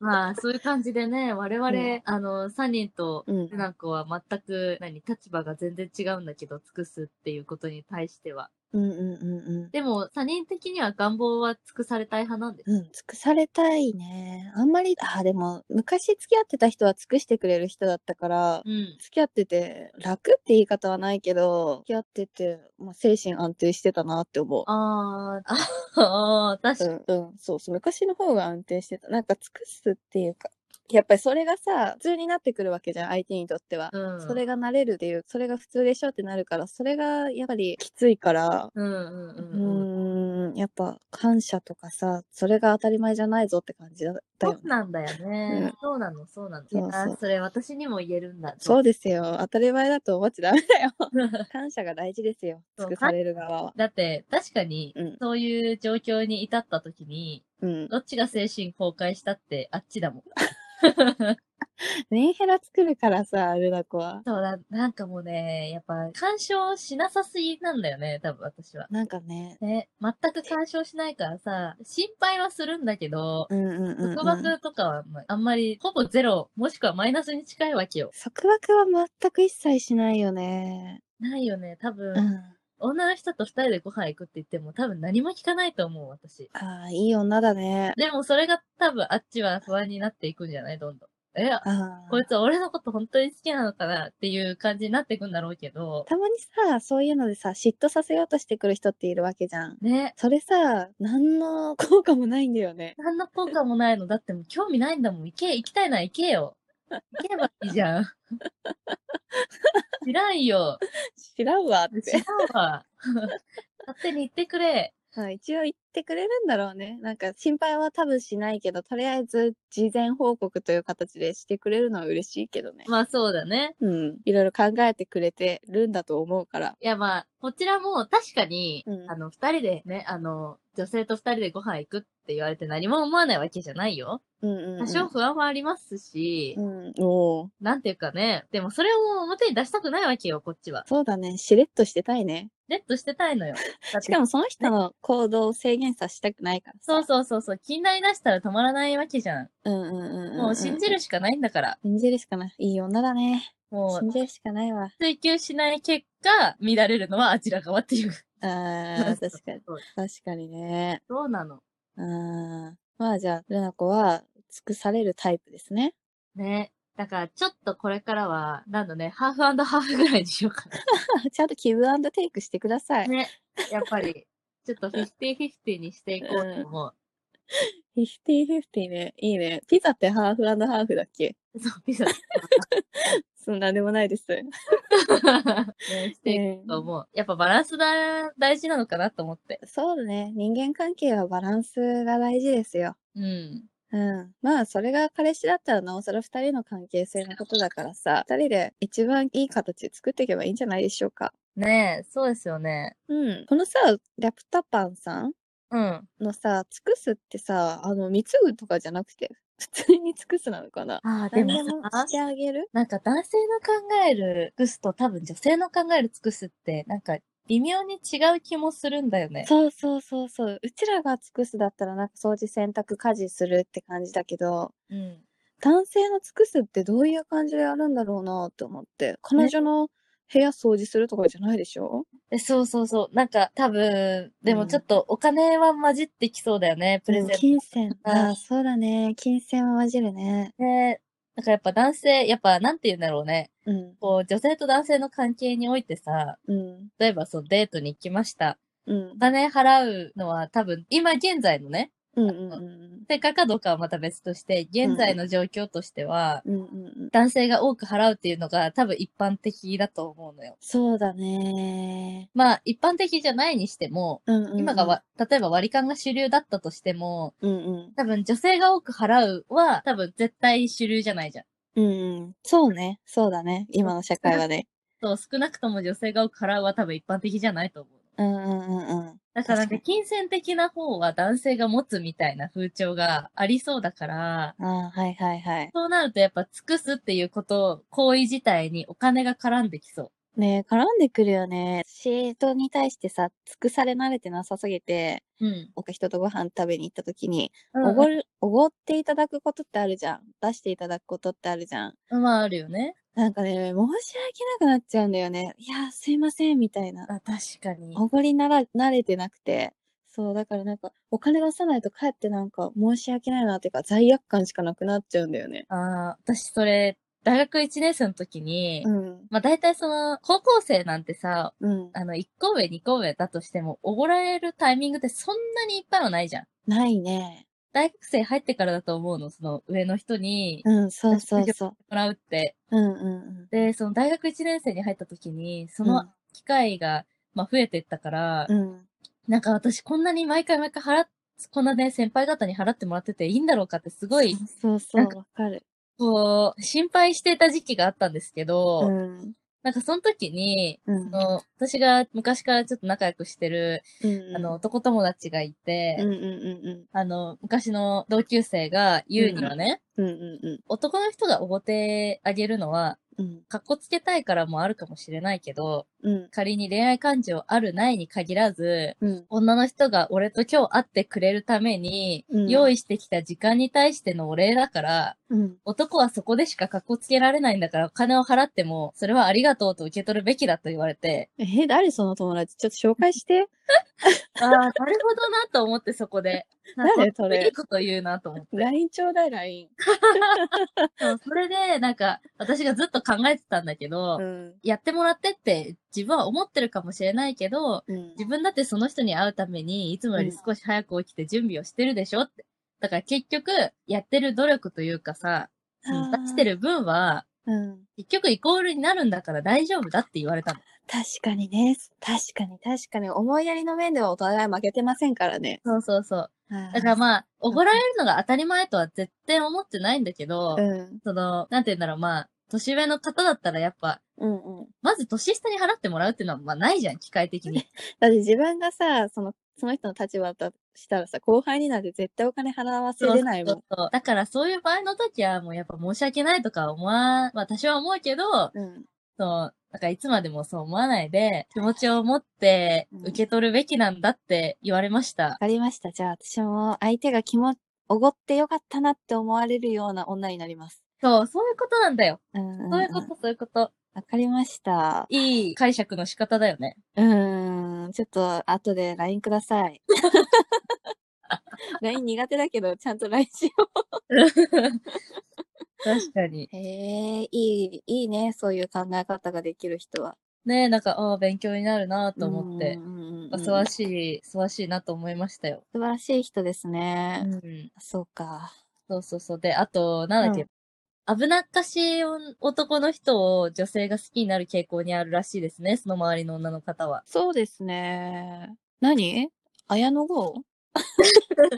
Speaker 1: まあそういう感じでね、我々、
Speaker 2: うん
Speaker 1: あの、3人と、
Speaker 2: うん。
Speaker 1: なんかは全く、何、立場が全然違うんだけど、尽くすっていうことに対しては。
Speaker 2: うんうんうんうん。
Speaker 1: でも、他人的には願望は尽くされたい派なんです。
Speaker 2: うん、尽くされたいね。あんまり、あ、でも、昔付き合ってた人は尽くしてくれる人だったから、
Speaker 1: うん。
Speaker 2: 付き合ってて楽って言い方はないけど付き合ってて、まあ、精神安定してたなって思う。
Speaker 1: あー、あー、確
Speaker 2: う
Speaker 1: かに。
Speaker 2: んうん、そうそう昔の方が安定してたなんか尽くすっていうかやっぱりそれがさ普通になってくるわけじゃん相手にとっては、
Speaker 1: うん。
Speaker 2: それが慣れるっていうそれが普通でしょってなるからそれがやっぱりきついから
Speaker 1: うんうん
Speaker 2: う
Speaker 1: うんうん。
Speaker 2: ーんやっぱ感謝とかさそれが当たり前じゃないぞって感じだだ
Speaker 1: そ
Speaker 2: よ
Speaker 1: う
Speaker 2: ね
Speaker 1: なんだよ
Speaker 2: う
Speaker 1: ね
Speaker 2: ん。
Speaker 1: そうなの、そうなの。
Speaker 2: そうそう
Speaker 1: あーそれ私にも言えるんだ。
Speaker 2: そう
Speaker 1: う。
Speaker 2: ですよ当たり前だと思っちゃダメだよ 感謝が大事ですよ
Speaker 1: そう
Speaker 2: 尽くされる側は
Speaker 1: だって、確かに、
Speaker 2: うん
Speaker 1: そういう状況に至った時に、
Speaker 2: うん
Speaker 1: どっちが精神崩壊したってあっちだもん。
Speaker 2: メンヘラ作るからさ、ルナコは。
Speaker 1: そうだ、なんかもうね、やっぱ、干渉しなさすぎなんだよね、多分私は。
Speaker 2: なんかね、
Speaker 1: ね、全く干渉しないからさ、心配はするんだけど、
Speaker 2: うんうんうん、うん。
Speaker 1: 束縛とかはまああんまり、ほぼゼロ、もしくはマイナスに近いわけよ。
Speaker 2: 束縛は全く一切しないよね。
Speaker 1: ないよね、多分、
Speaker 2: うん。
Speaker 1: 女の人と二人でご飯行くって言っても多分何も聞かないと思う、私。
Speaker 2: ああ、いい女だね。
Speaker 1: でもそれが多分あっちは不安になっていくんじゃないどんどん。え、
Speaker 2: ああ
Speaker 1: こいつ俺のこと本当に好きなのかなっていう感じになっていくんだろうけど、
Speaker 2: たまにさ、そういうのでさ、嫉妬させようとしてくる人っているわけじゃん。
Speaker 1: ね。
Speaker 2: それさ、何の効果もないんだよね。
Speaker 1: 何の効果もないの。だってもう興味ないんだもん。行け、行きたいなら行けよ。行けばいいじ ゃん。知らんよ。
Speaker 2: 知らんわっ
Speaker 1: 知ら
Speaker 2: て。
Speaker 1: んわ。勝手に行ってくれ。
Speaker 2: はい一応言ってくれるんだろうね。なんか心配は多分しないけど、とりあえず事前報告という形でしてくれるのは嬉しいけどね。
Speaker 1: まあそうだね。
Speaker 2: うん。いろいろ考えてくれてるんだと思うから。
Speaker 1: いやまあ、こちらも確かに、
Speaker 2: うん
Speaker 1: あの、二人でね、あの、女性と二人でご飯行くって言われて何も思わないわけじゃないよ。
Speaker 2: うんうん、うん。
Speaker 1: 多少不安はありますし
Speaker 2: う、ん。おお。
Speaker 1: なんていうかね、でもそれを表に出したくないわけよ、こっちは。
Speaker 2: そうだね。しれっとしてたいね。
Speaker 1: レッドしてたい のよ。だって
Speaker 2: しかもその人の行動を制限させたくないから
Speaker 1: そう
Speaker 2: う。
Speaker 1: そうそうそう、気になりだしたら止まらないわけじゃん。
Speaker 2: うんうんうんうん。
Speaker 1: もう信じる。しかないんだから。
Speaker 2: 信じるしかない。いい女だね。
Speaker 1: もう
Speaker 2: 信じるしかないわ。
Speaker 1: 追求しない結果、乱れるのはあちら側っていう。
Speaker 2: ああ、確かに。
Speaker 1: そう
Speaker 2: 確かにね。
Speaker 1: そうなの。
Speaker 2: ああ。まあじゃあ、ルナ子は尽くされるタイプですね。
Speaker 1: ね。だから、ちょっとこれからは、なんだね、ハーフハーフぐらいにしようか
Speaker 2: ちゃんとギブアンドテイクしてくださ
Speaker 1: な。
Speaker 2: い。
Speaker 1: ね。やっぱり、ちょっと50-50にしていこうと思う。
Speaker 2: フィフティフィフティね。いいね。ピザってハーフアンドハーフだっけ
Speaker 1: そう、 ピザ。ね、
Speaker 2: そんなんでもないです。
Speaker 1: していこうと思う。やっぱバランスだ、大事なのかなと思って。
Speaker 2: そうだね。人間関係はバランスが大事ですよ。
Speaker 1: うん。
Speaker 2: うん。まあ、それが彼氏だったらなおさら二人の関係性のことだからさ、二人で一番いい形作っていけばいいんじゃないでしょうか。
Speaker 1: ねえ、そうですよね。
Speaker 2: うん。このさ、ラプタパンさん
Speaker 1: うん。
Speaker 2: のさ、尽くすってさ、あの、貢ぐとかじゃなくて、普通に尽くすなのかな。
Speaker 1: ああ、で
Speaker 2: 何
Speaker 1: も
Speaker 2: で
Speaker 1: さ
Speaker 2: もしてあげる
Speaker 1: なんか男性の考える尽くすと多分女性の考える尽くすってなんか微妙に違う気もするんだよね。
Speaker 2: そうそうそうそう。うちらが尽くすだったらなんか掃除洗濯家事するって感じだけど、
Speaker 1: うん。
Speaker 2: 男性の尽くすってどういう感じでやるんだろうなって思って、彼女の部屋掃除するとかじゃないでしょ、
Speaker 1: えそうそうそう。なんか多分、で
Speaker 2: う
Speaker 1: も
Speaker 2: ん
Speaker 1: ちょっとお金は混じってきそうだよね、プレゼント。
Speaker 2: 金銭。
Speaker 1: うん
Speaker 2: ああ、そうだね。金銭は混じるね。
Speaker 1: ねなんかやっぱ男性、やっぱなんて言うんだろうね。
Speaker 2: うん。
Speaker 1: こう女性と男性の関係においてさ、
Speaker 2: うん。
Speaker 1: 例えばそのデートに行きました。
Speaker 2: うん
Speaker 1: お。金払うのは多分今現在のね、
Speaker 2: うん。うん。うん
Speaker 1: 正解かどうかはまた別として、現在の状況としては、
Speaker 2: うん。うん。
Speaker 1: 男性が多く払うっていうのが多分一般的だと思うのよ。
Speaker 2: そうだね。
Speaker 1: まあ一般的じゃないにしても、
Speaker 2: うんうんうん。
Speaker 1: 今がわ、例えば割り勘が主流だったとしても、
Speaker 2: うんうん。
Speaker 1: 多分女性が多く払うは多分絶対主流じゃないじゃん。
Speaker 2: うんうん。そうね。そうだね。今の社会はね。
Speaker 1: そう、少なくとも女性が多く払うは多分一般的じゃないと思う。
Speaker 2: うんうんうんうん。
Speaker 1: だからなんか
Speaker 2: 確
Speaker 1: 金銭的な方は男性が持つみたいな風潮がありそうだから、
Speaker 2: ああ、はいはいはい。
Speaker 1: そうなるとやっぱ尽くすっていうこと、行為自体にお金が絡んできそう。
Speaker 2: ねえ絡んでくるよね。仕事に対してさ、尽くされ慣れてなさすぎて、
Speaker 1: うん。
Speaker 2: なんか人とご飯食べに行った時に、
Speaker 1: お
Speaker 2: おごる、おごっていただくことってあるじゃん。出していただくことってあるじゃん。
Speaker 1: まああるよね。
Speaker 2: なんかね、申し訳なくなっちゃうんだよね。いや、すいません、みたいな。
Speaker 1: あ、確かに。
Speaker 2: おごりなら、慣れてなくて。そう、だからなんか、お金出さないとかえってなんか、申し訳ないなっていうか、罪悪感しかなくなっちゃうんだよね。
Speaker 1: ああ、私それ、大学1年生の時に、
Speaker 2: うん。
Speaker 1: まあ大体その、高校生なんてさ、
Speaker 2: うん。
Speaker 1: あの、1個上、2個上だとしても、おごられるタイミングってそんなにいっぱいはないじゃん。
Speaker 2: ないね。
Speaker 1: 大学生入ってからだと思うの、その上の人に、も
Speaker 2: うん、そうそうそ
Speaker 1: らうって。
Speaker 2: う。うんうん
Speaker 1: で、その大学1年生に入った時に、そ
Speaker 2: うん
Speaker 1: の機会が、まあ増えてったから
Speaker 2: う、ん。うん。
Speaker 1: なんか私こんなに毎回毎回払っ、こんなね、先輩方に払ってもらってていいんだろうかってすごい、
Speaker 2: そうそう、
Speaker 1: なん
Speaker 2: わかる。
Speaker 1: こう、心配してた時期があったんですけど、
Speaker 2: うん。
Speaker 1: なんかその時に、
Speaker 2: うん。
Speaker 1: あの私が昔からちょっと仲良くしてる、
Speaker 2: うん
Speaker 1: あの、、男友達がいて、
Speaker 2: うんうんうん
Speaker 1: あの、昔の同級生が言うにはね、
Speaker 2: うん。うんうんうん。
Speaker 1: 男の人がおごってあげるのは、
Speaker 2: うん。
Speaker 1: かっこつけたいからもあるかもしれないけど、
Speaker 2: うん。
Speaker 1: 仮に恋愛感情あるないに限らず、
Speaker 2: うん。
Speaker 1: 女の人が俺と今日会ってくれるために、
Speaker 2: うん
Speaker 1: 用意してきた時間に対してのお礼だから、
Speaker 2: うん。
Speaker 1: 男はそこでしか格好つけられないんだから、お金を払っても、それはありがとうと受け取るべきだと言われて、
Speaker 2: え、誰その友達ちょっと紹介して。
Speaker 1: ああ、なるほどなと思ってそこで。 なんか
Speaker 2: 誰それ
Speaker 1: いいこと言うなと思って。
Speaker 2: LINE ちょうだい、LINE。
Speaker 1: そうそれで、なんか、私がずっと考えてたんだけど、
Speaker 2: うん。
Speaker 1: やってもらってって自分は思ってるかもしれないけど、
Speaker 2: うん
Speaker 1: 自分だってその人に会うために、いつもより少し早く起きて準備をしてるでしょって。だから結局、やってる努力というかさ、その出して。る分は、
Speaker 2: うん。
Speaker 1: 結局イコールになるんだから大丈夫だって言われたの。
Speaker 2: 確かにね。確かに、確かに。思いやりの面ではお互い負けてませんからね。
Speaker 1: そうそうそう。
Speaker 2: だ
Speaker 1: だから
Speaker 2: あ
Speaker 1: まあ、おごられるのが当たり前とは絶対思ってないんだけど、
Speaker 2: うん。
Speaker 1: その、なんて言うんだろう、まあ、年上の方だったらやっぱ、
Speaker 2: うんうん。
Speaker 1: まず年下に払ってもらうっていうのは、まあないじゃん、機械的に。
Speaker 2: だって自分がさ、その、その人の立場だとしたらさ、後輩になんて絶対お金払わせれないもん。
Speaker 1: そうそうだからそういう場合の時は、もうやっぱ申し訳ないとか思わ、まあ多少は思うけど、
Speaker 2: うん。
Speaker 1: そう、なんかいつまでもそう思わないで、気持ちを持って
Speaker 2: うん
Speaker 1: 受け取るべきなんだって言われました
Speaker 2: わ。かりました。じゃあ私も相手が気も、おごってよかったなって思われるような女になります。
Speaker 1: そう、そういうことなんだよ。
Speaker 2: うんうん、うん。
Speaker 1: そういうこと、そういうこと。
Speaker 2: わかりました。
Speaker 1: いい解釈の仕方だよね。
Speaker 2: うーん。ちょっと後で LINE くださ い。LINE 苦手だけど、ちゃんと LINE しよう。
Speaker 1: 確かに。
Speaker 2: へえ、いい、いいね。そういう考え方ができる人は。
Speaker 1: ねえ、なんか、ああ、勉強になるなと思って
Speaker 2: う、んうんうんうん。
Speaker 1: あすばしい、すばしいなと思いましたよ。
Speaker 2: 素晴らしい人ですね。
Speaker 1: うん。
Speaker 2: そうか。
Speaker 1: そうそうそう。で、あと、なんだっけ、危なっかしい男の人を女性が好きになる傾向にあるらしいですね。その周りの女の方は。
Speaker 2: そうですね。何綾野剛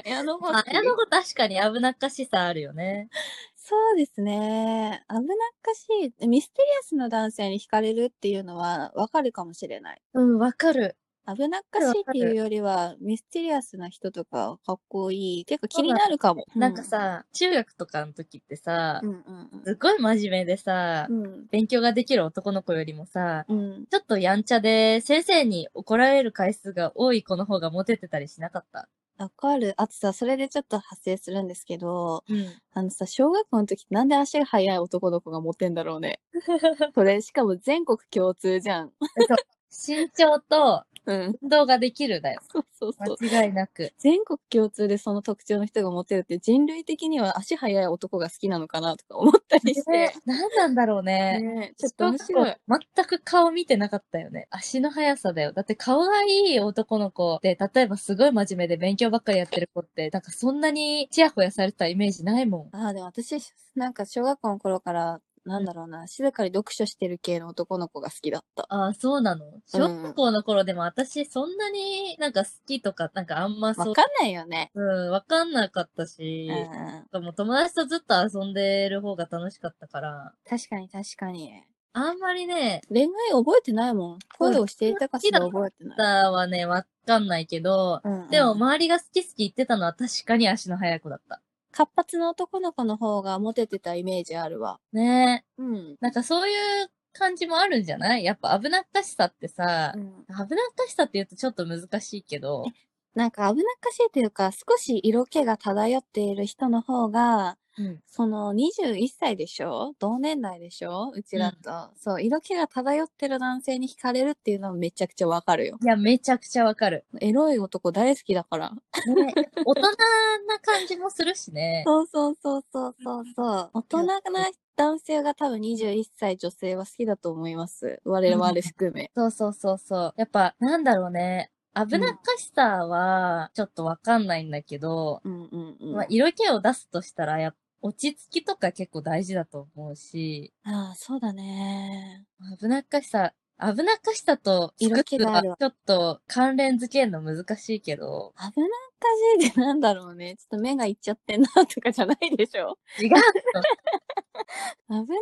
Speaker 2: 綾野剛好
Speaker 1: あ
Speaker 2: き
Speaker 1: 綾野剛確かに危なっかしさあるよね。
Speaker 2: そうですね。危なっかしい。ミステリアスな男性に惹かれるっていうのはわかるかもしれない。
Speaker 1: うん、わかる。
Speaker 2: 危なっかしいっていうよりは、ミステリアスな人とかかっこいい。ていうか気になるかも。
Speaker 1: なんか、さ、中学とかの時ってさ、
Speaker 2: うんうんうん
Speaker 1: すごい真面目でさ、
Speaker 2: うん。
Speaker 1: 勉強ができる男の子よりもさ、
Speaker 2: うん。
Speaker 1: ちょっとやんちゃで、先生に怒られる回数が多い子の方がモテてたりしなかった。
Speaker 2: わかる。あとさ、それでちょっと発生するんですけど、
Speaker 1: うん。
Speaker 2: あのさ、小学校の時ってなんで足が速い男の子がモテんだろ うね。それ、しかも全国共通じゃん。
Speaker 1: 身長と
Speaker 2: うん。
Speaker 1: 運動ができるだよ。
Speaker 2: そうそうそう。
Speaker 1: 間違いな く。
Speaker 2: 全国共通でその特徴の人がモテるって人類的には足早い男が好きなのかなとか思ったりして、
Speaker 1: ね何なんだろうね。
Speaker 2: ねえちょっと面白
Speaker 1: 小
Speaker 2: い。
Speaker 1: 学校全く顔見てなかったよね。足の速さだよ。だって顔がいい男の子で、例えばすごい真面目で勉強ばっかりやってる子って、なんかそんなにチヤホヤされてたイメージないもん。
Speaker 2: ああ、でも私、なんか小学校の頃から、なんだろうな、静かに読書してる系の男の子が好きだった。
Speaker 1: ああ、そうなの。小学校の頃でも私そんなになんか好きとか、なんかあんま
Speaker 2: わ
Speaker 1: そう、
Speaker 2: かんないよね。
Speaker 1: うん、わかんなかったし
Speaker 2: う、ん。
Speaker 1: なんかもう友達とずっと遊んでる方が楽しかったから、
Speaker 2: 確かに確かに。
Speaker 1: あんまりね、
Speaker 2: 恋愛覚えてないもん。恋をしていたかしら
Speaker 1: 好きだ
Speaker 2: 覚えてない。
Speaker 1: 歌はね、わかんないけど、
Speaker 2: うんうん
Speaker 1: でも、周りが好き好き言ってたのは確かに足の速い子だった。
Speaker 2: 活発な男の子の方がモテてたイメージあるわ。
Speaker 1: ねえ。
Speaker 2: うん。
Speaker 1: なんかそういう感じもあるんじゃないやっぱ危なっかしさってさ、
Speaker 2: うん
Speaker 1: 危なっかしさって言うとちょっと難しいけど、
Speaker 2: なんか危なっかしいというか、少し色気が漂っている人の方が、
Speaker 1: うん、
Speaker 2: その21歳でしょ同年代でしょうちだと、そう、色気が漂ってる男性に惹かれるっていうのはめちゃくちゃわかるよ。
Speaker 1: いや、めちゃくちゃわかる。
Speaker 2: エロい男大好きだから。
Speaker 1: ね、大人な感じもするしね。
Speaker 2: そうそうそうそうそうそう。大人な男性が多分21歳女性は好きだと思います。我々含め。
Speaker 1: そうそうそうそう。やっぱ、なんだろうね。危なっかしさは、ちょっとわかんないんだけど、
Speaker 2: うんうんうん。
Speaker 1: まあ、色気を出すとしたら、やっぱ落ち着きとか結構大事だと思うし、
Speaker 2: ああ、そうだね。
Speaker 1: 危なっかしさ、危なっかしさと
Speaker 2: 色気がある
Speaker 1: ちょっと関連付けるの難しいけど、
Speaker 2: 危なっかしいってなんだろうね。ちょっと目がいっちゃってんなとかじゃないでしょ
Speaker 1: 違うよ
Speaker 2: 危なっか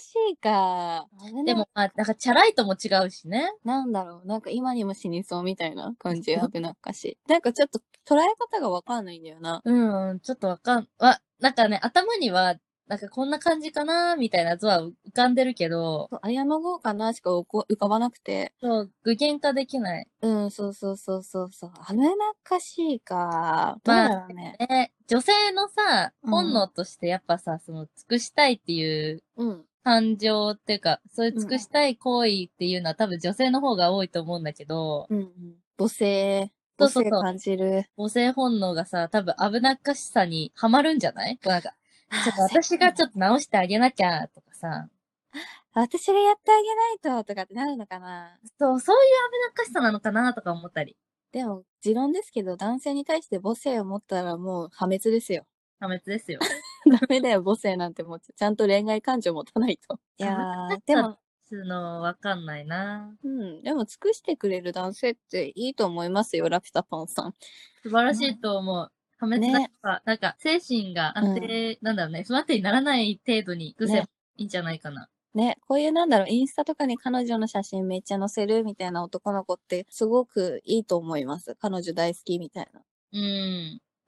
Speaker 2: しいか。危な
Speaker 1: でも、まあ、なんかチャラいとも違うしね。
Speaker 2: なんだろう。なんか今にも死にそうみたいな感じ。危なっかしい。なんかちょっと捉え方がわかんないんだよな。
Speaker 1: うん、ちょっとわかん、わ、なんかね、頭にはなんかこんな感じかなみたいな図は浮かんでるけど、
Speaker 2: そう謝ろうかなしか浮こ浮かばなくて。
Speaker 1: そう、具現化できない。
Speaker 2: うん、そうそうそうそうそう。華やかしいか。どう
Speaker 1: まあ
Speaker 2: だろうね。
Speaker 1: ね、女性のさ、
Speaker 2: うん
Speaker 1: 本能としてやっぱさ、その、尽くしたいっていう
Speaker 2: うん。
Speaker 1: 感情っていうか、そういう
Speaker 2: うん
Speaker 1: 尽くしたい行為っていうのは多分女性の方が多いと思うんだけど、
Speaker 2: うんうん。母性。
Speaker 1: そ
Speaker 2: 母
Speaker 1: うそう
Speaker 2: 性
Speaker 1: そう
Speaker 2: 感じる。
Speaker 1: 母性本能がさ、多分危なっかしさにはまるんじゃないなんか、ちょっと
Speaker 2: あー
Speaker 1: 私がちょっと直してあげなきゃとかさ、
Speaker 2: 私がやってあげないととかってなるのかな
Speaker 1: そう、そういう危なっかしさなのかなとか思ったり、
Speaker 2: でも、持論ですけど、男性に対して母性を持ったらもう破滅ですよ。
Speaker 1: 破滅ですよ。
Speaker 2: ダメだよ、母性なんてもう、ちゃんと恋愛感情持たないと。いやー、でも、
Speaker 1: その、わかんないな
Speaker 2: うん、でも尽くしてくれる男性っていいと思いますよ、ラピュタパンさん。
Speaker 1: 素晴らしいと思う。破滅だから、なんか、精神が安定、なんだろうね、不安定にならない程度に偶然
Speaker 2: ね
Speaker 1: いいんじゃないかな。
Speaker 2: ね、こういうなんだろう、インスタとかに彼女の写真めっちゃ載せるみたいな男の子ってすごくいいと思います。彼女大好きみたいな。
Speaker 1: うん。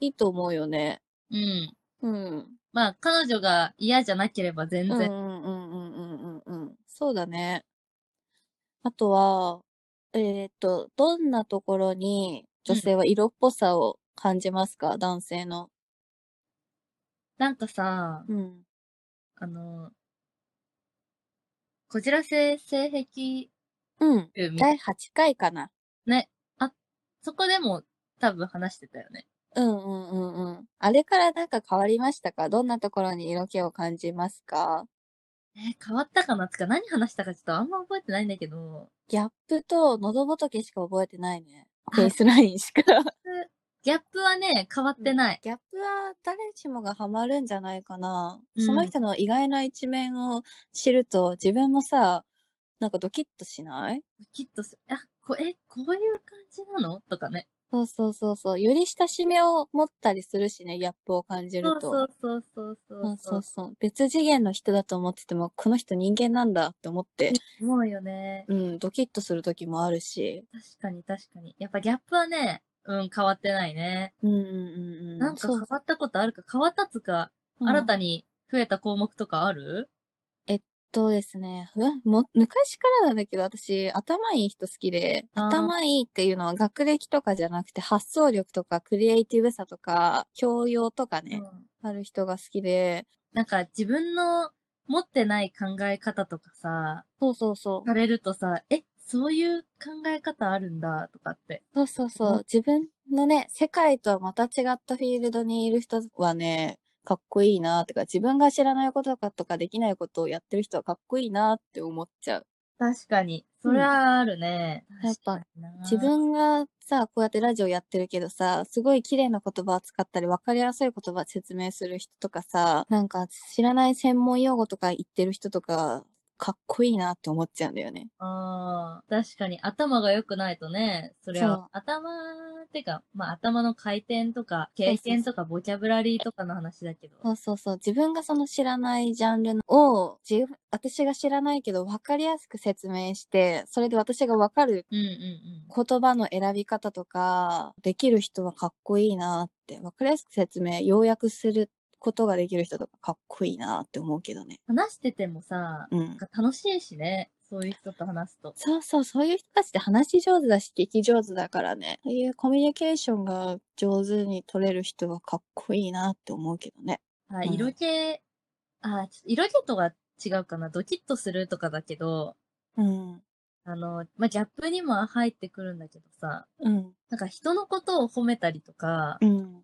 Speaker 2: いいと思うよね。
Speaker 1: うん。
Speaker 2: うん。
Speaker 1: まあ、彼女が嫌じゃなければ全
Speaker 2: うんう
Speaker 1: 然。
Speaker 2: んうんうんうんうんうん。そうだね。あとは、えっと、どんなところに女性は色っぽさを感じますか、男性の。
Speaker 1: なんかさ、
Speaker 2: うん。
Speaker 1: あの、こじらせ性癖
Speaker 2: うん。
Speaker 1: 集みたい
Speaker 2: 第8回かな。
Speaker 1: そこでも多分話してたよね。
Speaker 2: うんうんうんうん。あれからなんか変わりましたかどんなところに色気を感じますか
Speaker 1: えー変わったかなつか何話したかちょっとあんま覚えてないんだけど、
Speaker 2: ギャップと喉仏しか覚えてないね。
Speaker 1: あ
Speaker 2: フェイスラインしか。
Speaker 1: ギャップはね、変わってない。
Speaker 2: ギャップは誰しもがハマるんじゃないかな。
Speaker 1: うん
Speaker 2: その人の意外な一面を知ると自分もさ、なんかドキッとしない
Speaker 1: きっとす、あ、こ、え、こういう感じなのとかね。
Speaker 2: そうそうそうそう。より親しみを持ったりするしね、ギャップを感じると。
Speaker 1: そうそうそうそうそ
Speaker 2: そ
Speaker 1: うう
Speaker 2: そうそう。別次元の人だと思ってても、この人人間なんだって思って、
Speaker 1: 思うよね。
Speaker 2: うん、ドキッとする時もあるし。
Speaker 1: 確かに確かに。やっぱギャップはね、うん、変わってないね。
Speaker 2: うんうんうんうん。
Speaker 1: なんか
Speaker 2: そう
Speaker 1: 変わったことあるか変わったつか、
Speaker 2: うん
Speaker 1: 新たに増えた項目とかある
Speaker 2: そうですね。うわも、昔からなんだけど、私、頭いい人好きで、
Speaker 1: あー
Speaker 2: 頭いいっていうのは学歴とかじゃなくて、発想力とか、クリエイティブさとか、教養とかね、
Speaker 1: うん
Speaker 2: ある人が好きで、
Speaker 1: なんか自分の持ってない考え方とかさ、
Speaker 2: そうそうそう。
Speaker 1: されるとさ、え、そういう考え方あるんだ、とかって。
Speaker 2: そうそうそう。自分のね、世界とはまた違ったフィールドにいる人はね、かっこいいなとか、自分が知らないこととかとかできないことをやってる人はかっこいいなって思っちゃう。
Speaker 1: 確かに。それはあるね。
Speaker 2: やっぱ
Speaker 1: 確かにな
Speaker 2: 自分がさ、こうやってラジオやってるけどさ、すごい綺麗な言葉を使ったり、分かりやすい言葉を説明する人とかさ、なんか知らない専門用語とか言ってる人とか、かっこいいなって思っちゃうんだよね。
Speaker 1: ああ、確かに頭が良くないとね、そり
Speaker 2: そう
Speaker 1: ゃ、頭ってか、まあ頭の回転とか、経験とか、ボキャブラリーとかの話だけど。
Speaker 2: そうそうそう。自分がその知らないジャンルのを、自分私が知らないけど分かりやすく説明して、それで私が分かる
Speaker 1: うんうんうん。
Speaker 2: 言葉の選び方とか、できる人はかっこいいなって、分かりやすく説明、要約することができる人とかかっこいいなって思うけどね。
Speaker 1: 話しててもさ、
Speaker 2: うん。
Speaker 1: なんか楽しいしね、そういう人と話すと。
Speaker 2: そうそう、そういう人たちって話し上手だし、聞き上手だからね。そういうコミュニケーションが上手に取れる人はかっこいいなって思うけどね。
Speaker 1: あ
Speaker 2: うん
Speaker 1: 色気、あちょ色気とは違うかな、ドキッとするとかだけど、
Speaker 2: うん。
Speaker 1: あの、まあギャップにも入ってくるんだけどさ、
Speaker 2: うん。
Speaker 1: なんか人のことを褒めたりとか、
Speaker 2: うん。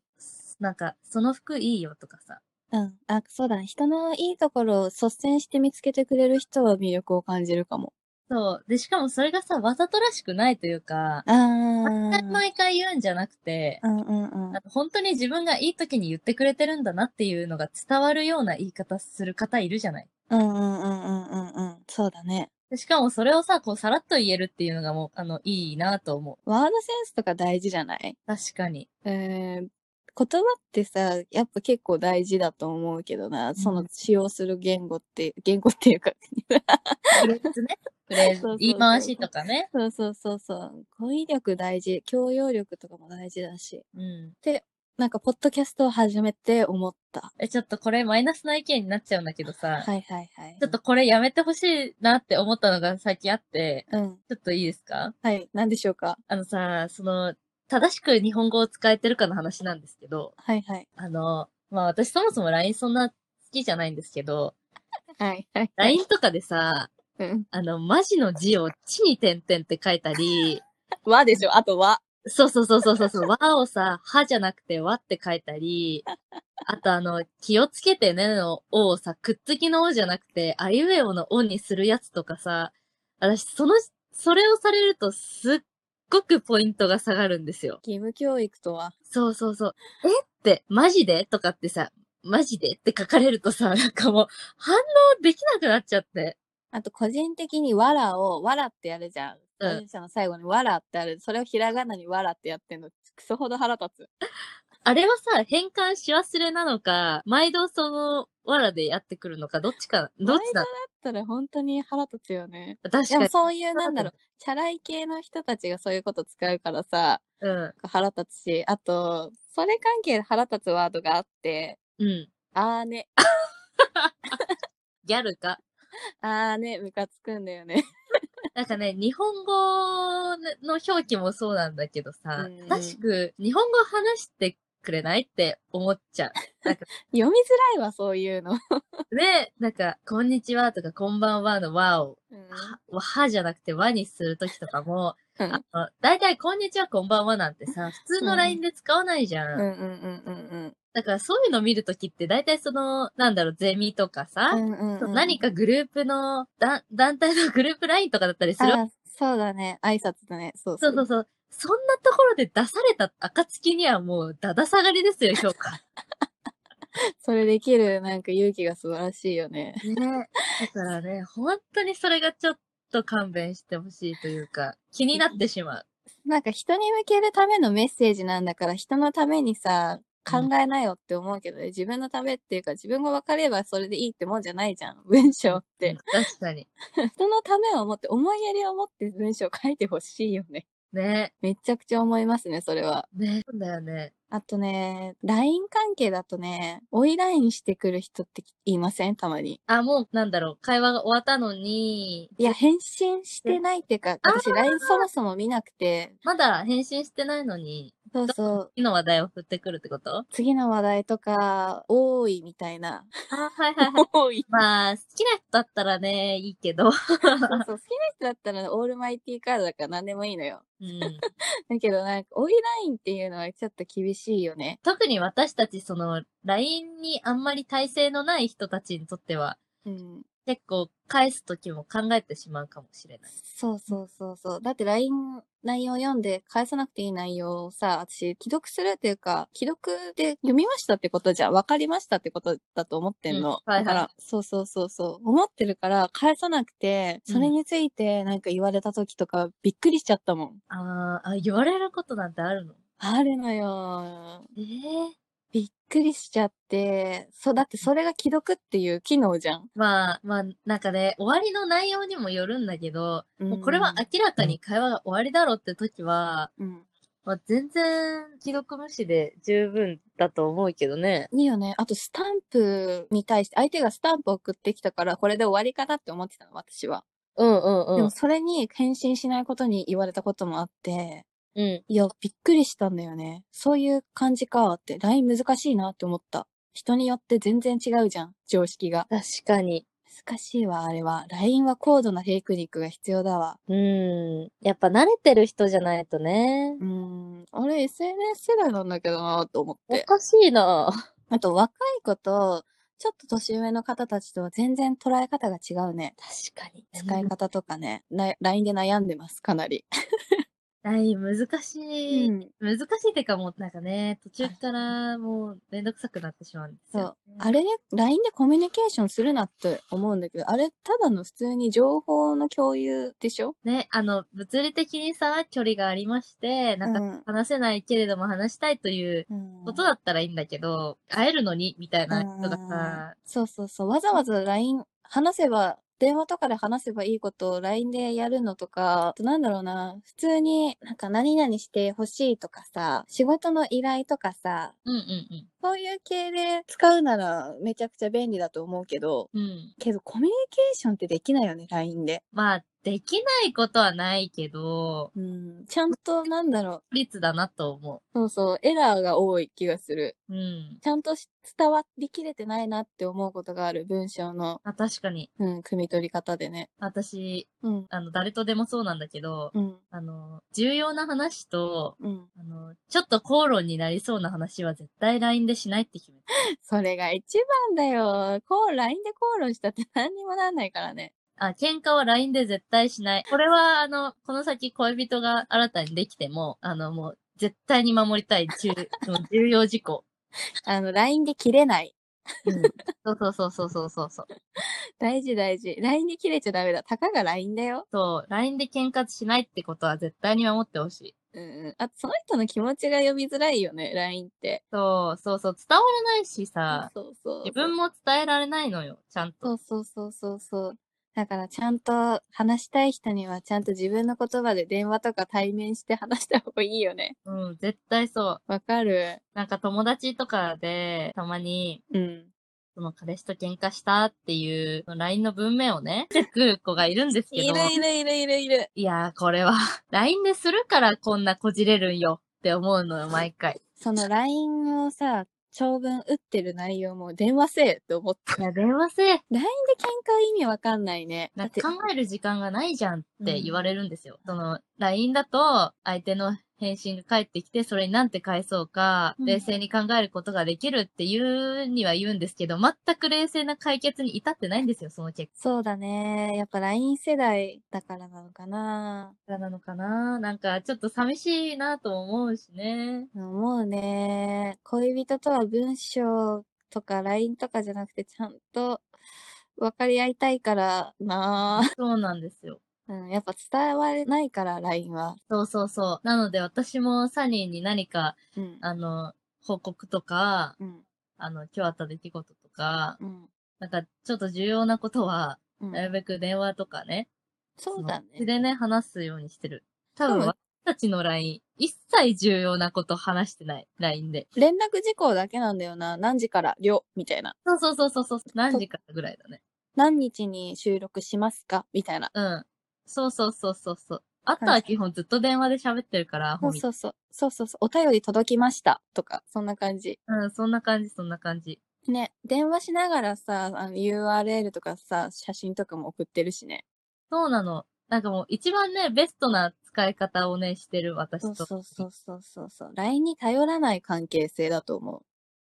Speaker 1: なんか、その服いいよとかさ、
Speaker 2: うん。あ、そうだね。人のいいところを率先して見つけてくれる人は魅力を感じるかも。
Speaker 1: そう。で、しかもそれがさ、わざとらしくないというか、
Speaker 2: あー。
Speaker 1: 毎回毎回言うんじゃなくて、
Speaker 2: うんうんうん
Speaker 1: あ。の本当に自分がいい時に言ってくれてるんだなっていうのが伝わるような言い方する方いるじゃない。
Speaker 2: うんうんうんうんうんうん。そうだね。
Speaker 1: でしかもそれをさ、こうさらっと言えるっていうのがもう、あの、いいなと思。
Speaker 2: ワードセンスとか大事じゃないう
Speaker 1: 確かに。
Speaker 2: えー言葉ってさ、やっぱ結構大事だと思うけどな、
Speaker 1: ん
Speaker 2: その使用する言語って、言語っていうか、
Speaker 1: フレーズね。フレーズ
Speaker 2: そうそうそう、
Speaker 1: 言い回しとかね。
Speaker 2: そうそうそうそう、語彙力大事、教養力とかも大事だし、
Speaker 1: うん。
Speaker 2: なんか、ポッドキャストを始めて思った。
Speaker 1: え、ちょっとこれマイナスな意見になっちゃうんだけどさ、
Speaker 2: はいはいはい。
Speaker 1: ちょっと、これやめてほしいなって思ったのが最近あって、
Speaker 2: うん。
Speaker 1: ちょっといいですか
Speaker 2: はい。なんでしょうか
Speaker 1: あのさ、その、正しく日本語を使えてるかの話なんですけど、
Speaker 2: はいはい。
Speaker 1: あの、まあ私そもそも LINE そんな好きじゃないんですけど、
Speaker 2: はいはい。
Speaker 1: LINE とかでさ、
Speaker 2: うん。
Speaker 1: あの、マジの字を地に点々って書いたり、
Speaker 2: 和でしょあと和。
Speaker 1: そうそうそうそうそうそう、和をさ、歯じゃなくて和って書いたり、あとあの、気をつけてねのおをさ、くっつきのおじゃなくて、あいうえおのおにするやつとかさ、私、その、それをされるとすっごくポイントが下がるんですよ。
Speaker 2: 義務教育とは。
Speaker 1: そうそうそう。えって、マジでとかってさ、マジでって書かれるとさ、なんかもう、反応できなくなっちゃって。
Speaker 2: あと、個人的にわらを、わらってやるじゃん。
Speaker 1: うん
Speaker 2: 文章の最後にわらってある。それをひらがなにわらってやってんの。クソほど腹立つ。
Speaker 1: あれはさ、変換し忘れなのか、毎度その、わらでやってくるのか、どっちか、どっちだ
Speaker 2: だったら本当に腹立つよね。
Speaker 1: 確
Speaker 2: で
Speaker 1: か
Speaker 2: も
Speaker 1: に。
Speaker 2: そういう、なんだろう、チャラい系の人たちがそういうこと使うからさ、
Speaker 1: うん。
Speaker 2: 腹立つし、あと、それ関係で腹立つワードがあって、
Speaker 1: うん。
Speaker 2: あーね、
Speaker 1: ギャルか。
Speaker 2: あーね、ムカつくんだよね。
Speaker 1: なんかね、日本語の表記もそうなんだけどさ
Speaker 2: うん、
Speaker 1: 正しく日本語話してくれないって思っちゃう。
Speaker 2: 読みづらいわ、そういうの。
Speaker 1: ね、なんか、こんにちはとか、こんばんはの和を、
Speaker 2: うん
Speaker 1: は、はじゃなくて和にするときとかも、
Speaker 2: う
Speaker 1: あ
Speaker 2: ん
Speaker 1: の、だいたいこんにちは、こんばんはなんてさ、普通
Speaker 2: う
Speaker 1: の
Speaker 2: ん
Speaker 1: LINE で使わないじゃん。
Speaker 2: うんうんうんうん
Speaker 1: だからそういうの見るときって、だいたいその、なんだろう、ゼミとか
Speaker 2: う
Speaker 1: さ、
Speaker 2: んうんうん。
Speaker 1: 何かグループの、だ、団体のグループ LINE とかだったりす
Speaker 2: あ
Speaker 1: る。
Speaker 2: ーそうだね、挨拶だね。そう
Speaker 1: そうそうそう。そんなところで出された暁にはもう、だだ下がりです よ、評価。
Speaker 2: それできる、なんか勇気が素晴らしいよね。
Speaker 1: ね。だからね、本当にそれがちょっと勘弁してほしいというか、気になってしまう。
Speaker 2: なんか人に向けるためのメッセージなんだから、人のためにさ、考えなよって思うけどね、自分のためっていうか、自分が分かればそれでいいってもんじゃないじゃん、 文章っ
Speaker 1: う
Speaker 2: て
Speaker 1: ん。確かに。
Speaker 2: 人のためを思って、思いやりを持って文章書いてほしいよね。
Speaker 1: ね。
Speaker 2: めちゃくちゃ思いますね、それは。
Speaker 1: ね。そうだよね。
Speaker 2: あとね、LINE 関係だとね、追い LINE してくる人っていませんたまに。
Speaker 1: あ、もう、なんだろう、会話が終わったのに、
Speaker 2: いや、返信してないっていうか、私 LINE そもそも見なくて、
Speaker 1: まだ返信してないのに、
Speaker 2: そうそう、
Speaker 1: 次の話題を振ってくるってこと
Speaker 2: 次の話題とか、多いみたいな。
Speaker 1: あ、はいはいはい。
Speaker 2: 多い。
Speaker 1: まあ、好きな人だったらね、いいけど。
Speaker 2: そうそう、好きな人だったらオールマイティーカードだから何でもいいのよ。
Speaker 1: うん、
Speaker 2: だけどなんか、追い LINE っていうのはちょっと厳しいよね。
Speaker 1: 特に私たち、その、LINE にあんまり耐性のない人たちにとっては、
Speaker 2: うん。
Speaker 1: 結構返すときも考えてしまうかもしれない。
Speaker 2: そうそうそうそう。だって LINE 内容読んで返さなくていい内容をさ、私、既読するっていうか、既読で読みましたってことじゃん、わかりましたってことだと思ってんの。
Speaker 1: うんはいはい
Speaker 2: だから、そうそうそうそう。思ってるから返さなくて、それについてなんか言われた時とかびっくりしちゃったもん。
Speaker 1: あーあ、言われることなんてあるの
Speaker 2: あるのよ。
Speaker 1: ええ
Speaker 2: びっくりしちゃって、そう、だってそれが既読っていう機能じゃん。
Speaker 1: まあ、まあ、なんかね、終わりの内容にもよるんだけど、もうこれは明らかに会話が終わりだろうって時は、
Speaker 2: うん、
Speaker 1: まあ、全然、既読無視で十分だと思うけどね。
Speaker 2: いいよね。あと、スタンプに対して、相手がスタンプ送ってきたから、これで終わりかなって思ってたの、私は。
Speaker 1: うんうん
Speaker 2: でも、それに返信しないことに言われたこともあって、
Speaker 1: うん。
Speaker 2: いや、びっくりしたんだよね。そういう感じかって、LINE 難しいなって思った。人によって全然違うじゃん、常識が。
Speaker 1: 確かに。
Speaker 2: 難しいわ、あれは。LINE は高度なテクニックが必要だわ。
Speaker 1: うん。やっぱ慣れてる人じゃないとね
Speaker 2: う。ーん、俺 SNS 世代なんだけどなと思っ
Speaker 1: お
Speaker 2: て。
Speaker 1: かしいな。
Speaker 2: あと、若い子と、ちょっと年上の方たちとは全然捉え方が違うね。
Speaker 1: 確かに。
Speaker 2: 使い
Speaker 1: 方。
Speaker 2: 方とかね、な LINE で悩んでます、かなり。
Speaker 1: ない、難しい。
Speaker 2: うん
Speaker 1: 難しいってかもうなんかね、途中からもうめんどくさくなってしまうんですよ、ね。
Speaker 2: あれ、LINE でコミュニケーションするなって思うんだけど、あれ、ただの普通に情報の共有でしょ
Speaker 1: ね、あの、物理的にさ、距離がありまして、なんか
Speaker 2: ん。
Speaker 1: 話せないけれども話したいという
Speaker 2: うん
Speaker 1: ことだったらいいんだけど、会えるのに、みたいな人が
Speaker 2: うん
Speaker 1: さ、
Speaker 2: そうそうそう。わざわざ LINE 話せば電話とかで話せばいいことを LINE でやるのとか、あとなんだろうな、普通になんか何々してほしいとかさ、仕事の依頼とかさ、
Speaker 1: うんうん
Speaker 2: そういう系で使うならめちゃくちゃ便利だと思うけど、
Speaker 1: うん。うん。
Speaker 2: けどコミュニケーションってできないよね、LINE で。
Speaker 1: まあ、できないことはないけど、
Speaker 2: うん。ちゃんとなんだろ
Speaker 1: 率だなと思
Speaker 2: う。そうそう、エラーが多い気がする。
Speaker 1: う。うん。
Speaker 2: ちゃんとし伝わりきれてないなって思うことがある文章の、
Speaker 1: あ確かに。
Speaker 2: うん、汲み取り方でね。
Speaker 1: 私、
Speaker 2: うん。
Speaker 1: あの、誰とでもそうなんだけど、
Speaker 2: うん。
Speaker 1: あの、重要な話と、
Speaker 2: うん。
Speaker 1: あの、ちょっと口論になりそうな話は絶対 LINE でしないって決めた。
Speaker 2: それが一番だよ。こう、LINE で口論したって何にもなんないからね。
Speaker 1: あ、喧嘩は LINE で絶対しない。これは、あの、この先恋人が新たにできても、あの、もう、絶対に守りたい重 もう重要事項。
Speaker 2: あの、LINE で切れない。
Speaker 1: うん。そうそうそうそうそうそう。
Speaker 2: 大事大事。LINE で切れちゃダメだ。たかが LINE だよ。
Speaker 1: そう、LINE で喧嘩しないってことは絶対に守ってほしい。
Speaker 2: うんうん。あと、その人の気持ちが読みづらいよね、LINE って。
Speaker 1: そう、そうそう、伝わらないしさ、
Speaker 2: そうそう。
Speaker 1: 自分も伝えられないのよ、ちゃん
Speaker 2: そ
Speaker 1: と。
Speaker 2: うそうそうそうそう。だから、ちゃんと話したい人には、ちゃんと自分の言葉で電話とか対面して話した方がいいよね。
Speaker 1: うん、絶対そう。
Speaker 2: わかる。
Speaker 1: なんか友達とかで、たまに、
Speaker 2: うん。
Speaker 1: その彼氏と喧嘩したっていう、その LINE の文面をね、出てくる子がいるんですけ
Speaker 2: い
Speaker 1: ど
Speaker 2: る、いるいるいるいる。
Speaker 1: いやー、これは、LINE でするからこんなこじれるんよって思うのよ、毎回。
Speaker 2: その LINE をさ、長文打ってる内容も電話せえって思った。
Speaker 1: いや、電話せえ。
Speaker 2: LINE で喧嘩意味わかんないね。だ
Speaker 1: なん
Speaker 2: って、
Speaker 1: か考える時間がないじゃんって言われるんですよ。その、LINE だと、相手の返信が返ってきて、それになんて返そうか、
Speaker 2: うん
Speaker 1: 冷静に考えることができるっていうには言うんですけど、全く冷静な解決に至ってないんですよ、その結果
Speaker 2: そうだね。やっぱ LINE 世代だからなのかな。
Speaker 1: からなのかななんか、ちょっと寂しいなとも思うしね。
Speaker 2: 思うね。恋人とは文章とか LINE とかじゃなくて、ちゃんと分かり合いたいからな。
Speaker 1: そうなんですよ。
Speaker 2: うん、やっぱ伝われないから、LINE は。
Speaker 1: そうそうそう。なので、私もサニーに何か、
Speaker 2: うん。
Speaker 1: あの、報告とか、
Speaker 2: うん。
Speaker 1: あの、今日あった出来事とか、
Speaker 2: うん。
Speaker 1: なんか、ちょっと重要なことは、
Speaker 2: うん
Speaker 1: なるべく電話とかね。
Speaker 2: そうだ
Speaker 1: その
Speaker 2: ね。
Speaker 1: でね、話すようにしてる。多
Speaker 2: う
Speaker 1: 分、
Speaker 2: ん
Speaker 1: 私たちの LINE、一切重要なこと話してない。LINE で。
Speaker 2: 連絡事項だけなんだよな。何時から、りょ、みたいな。
Speaker 1: そうそうそうそうそう。何時からぐらいだね。
Speaker 2: 何日に収録しますかみたいな。
Speaker 1: うん。そうそうそうそうそう。あとは基本ずっと電話で喋ってるから、
Speaker 2: そう
Speaker 1: み
Speaker 2: そうそう。そうそうそう。お便り届きました。とか、そんな感じ。
Speaker 1: うん、そんな感じ、そんな感じ。
Speaker 2: ね、電話しながらさ、あの URL とかさ、写真とかも送ってるしね。
Speaker 1: そうなの。なんかもう一番ね、ベストな使い方をね、してる私
Speaker 2: そう
Speaker 1: と。
Speaker 2: そうそうそうそうそう。LINE に頼らない関係性だと思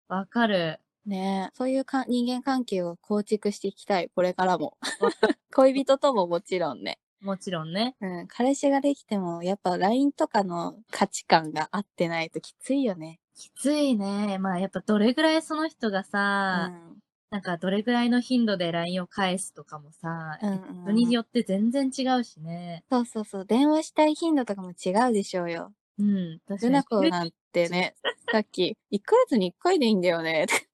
Speaker 1: わかる。
Speaker 2: う。ねそういうか人間関係を構築していきたい。これからも。 恋人とももちろんね。
Speaker 1: もちろんね。
Speaker 2: うん。彼氏ができても、やっぱ LINE とかの価値観が合ってないときついよね。
Speaker 1: きついね。まあやっぱどれぐらいその人が
Speaker 2: う
Speaker 1: さ、
Speaker 2: ん。
Speaker 1: なんかどれぐらいの頻度で LINE を返すとかもさ、
Speaker 2: うんうんう
Speaker 1: 人
Speaker 2: ん
Speaker 1: によって全然違うしね。
Speaker 2: そうそうそう。電話したい頻度とかも違うでしょうよ。
Speaker 1: うん、確か
Speaker 2: ル
Speaker 1: に
Speaker 2: ナ。コなんてね、 さっき、1ヶ月に1回でいいんだよね。って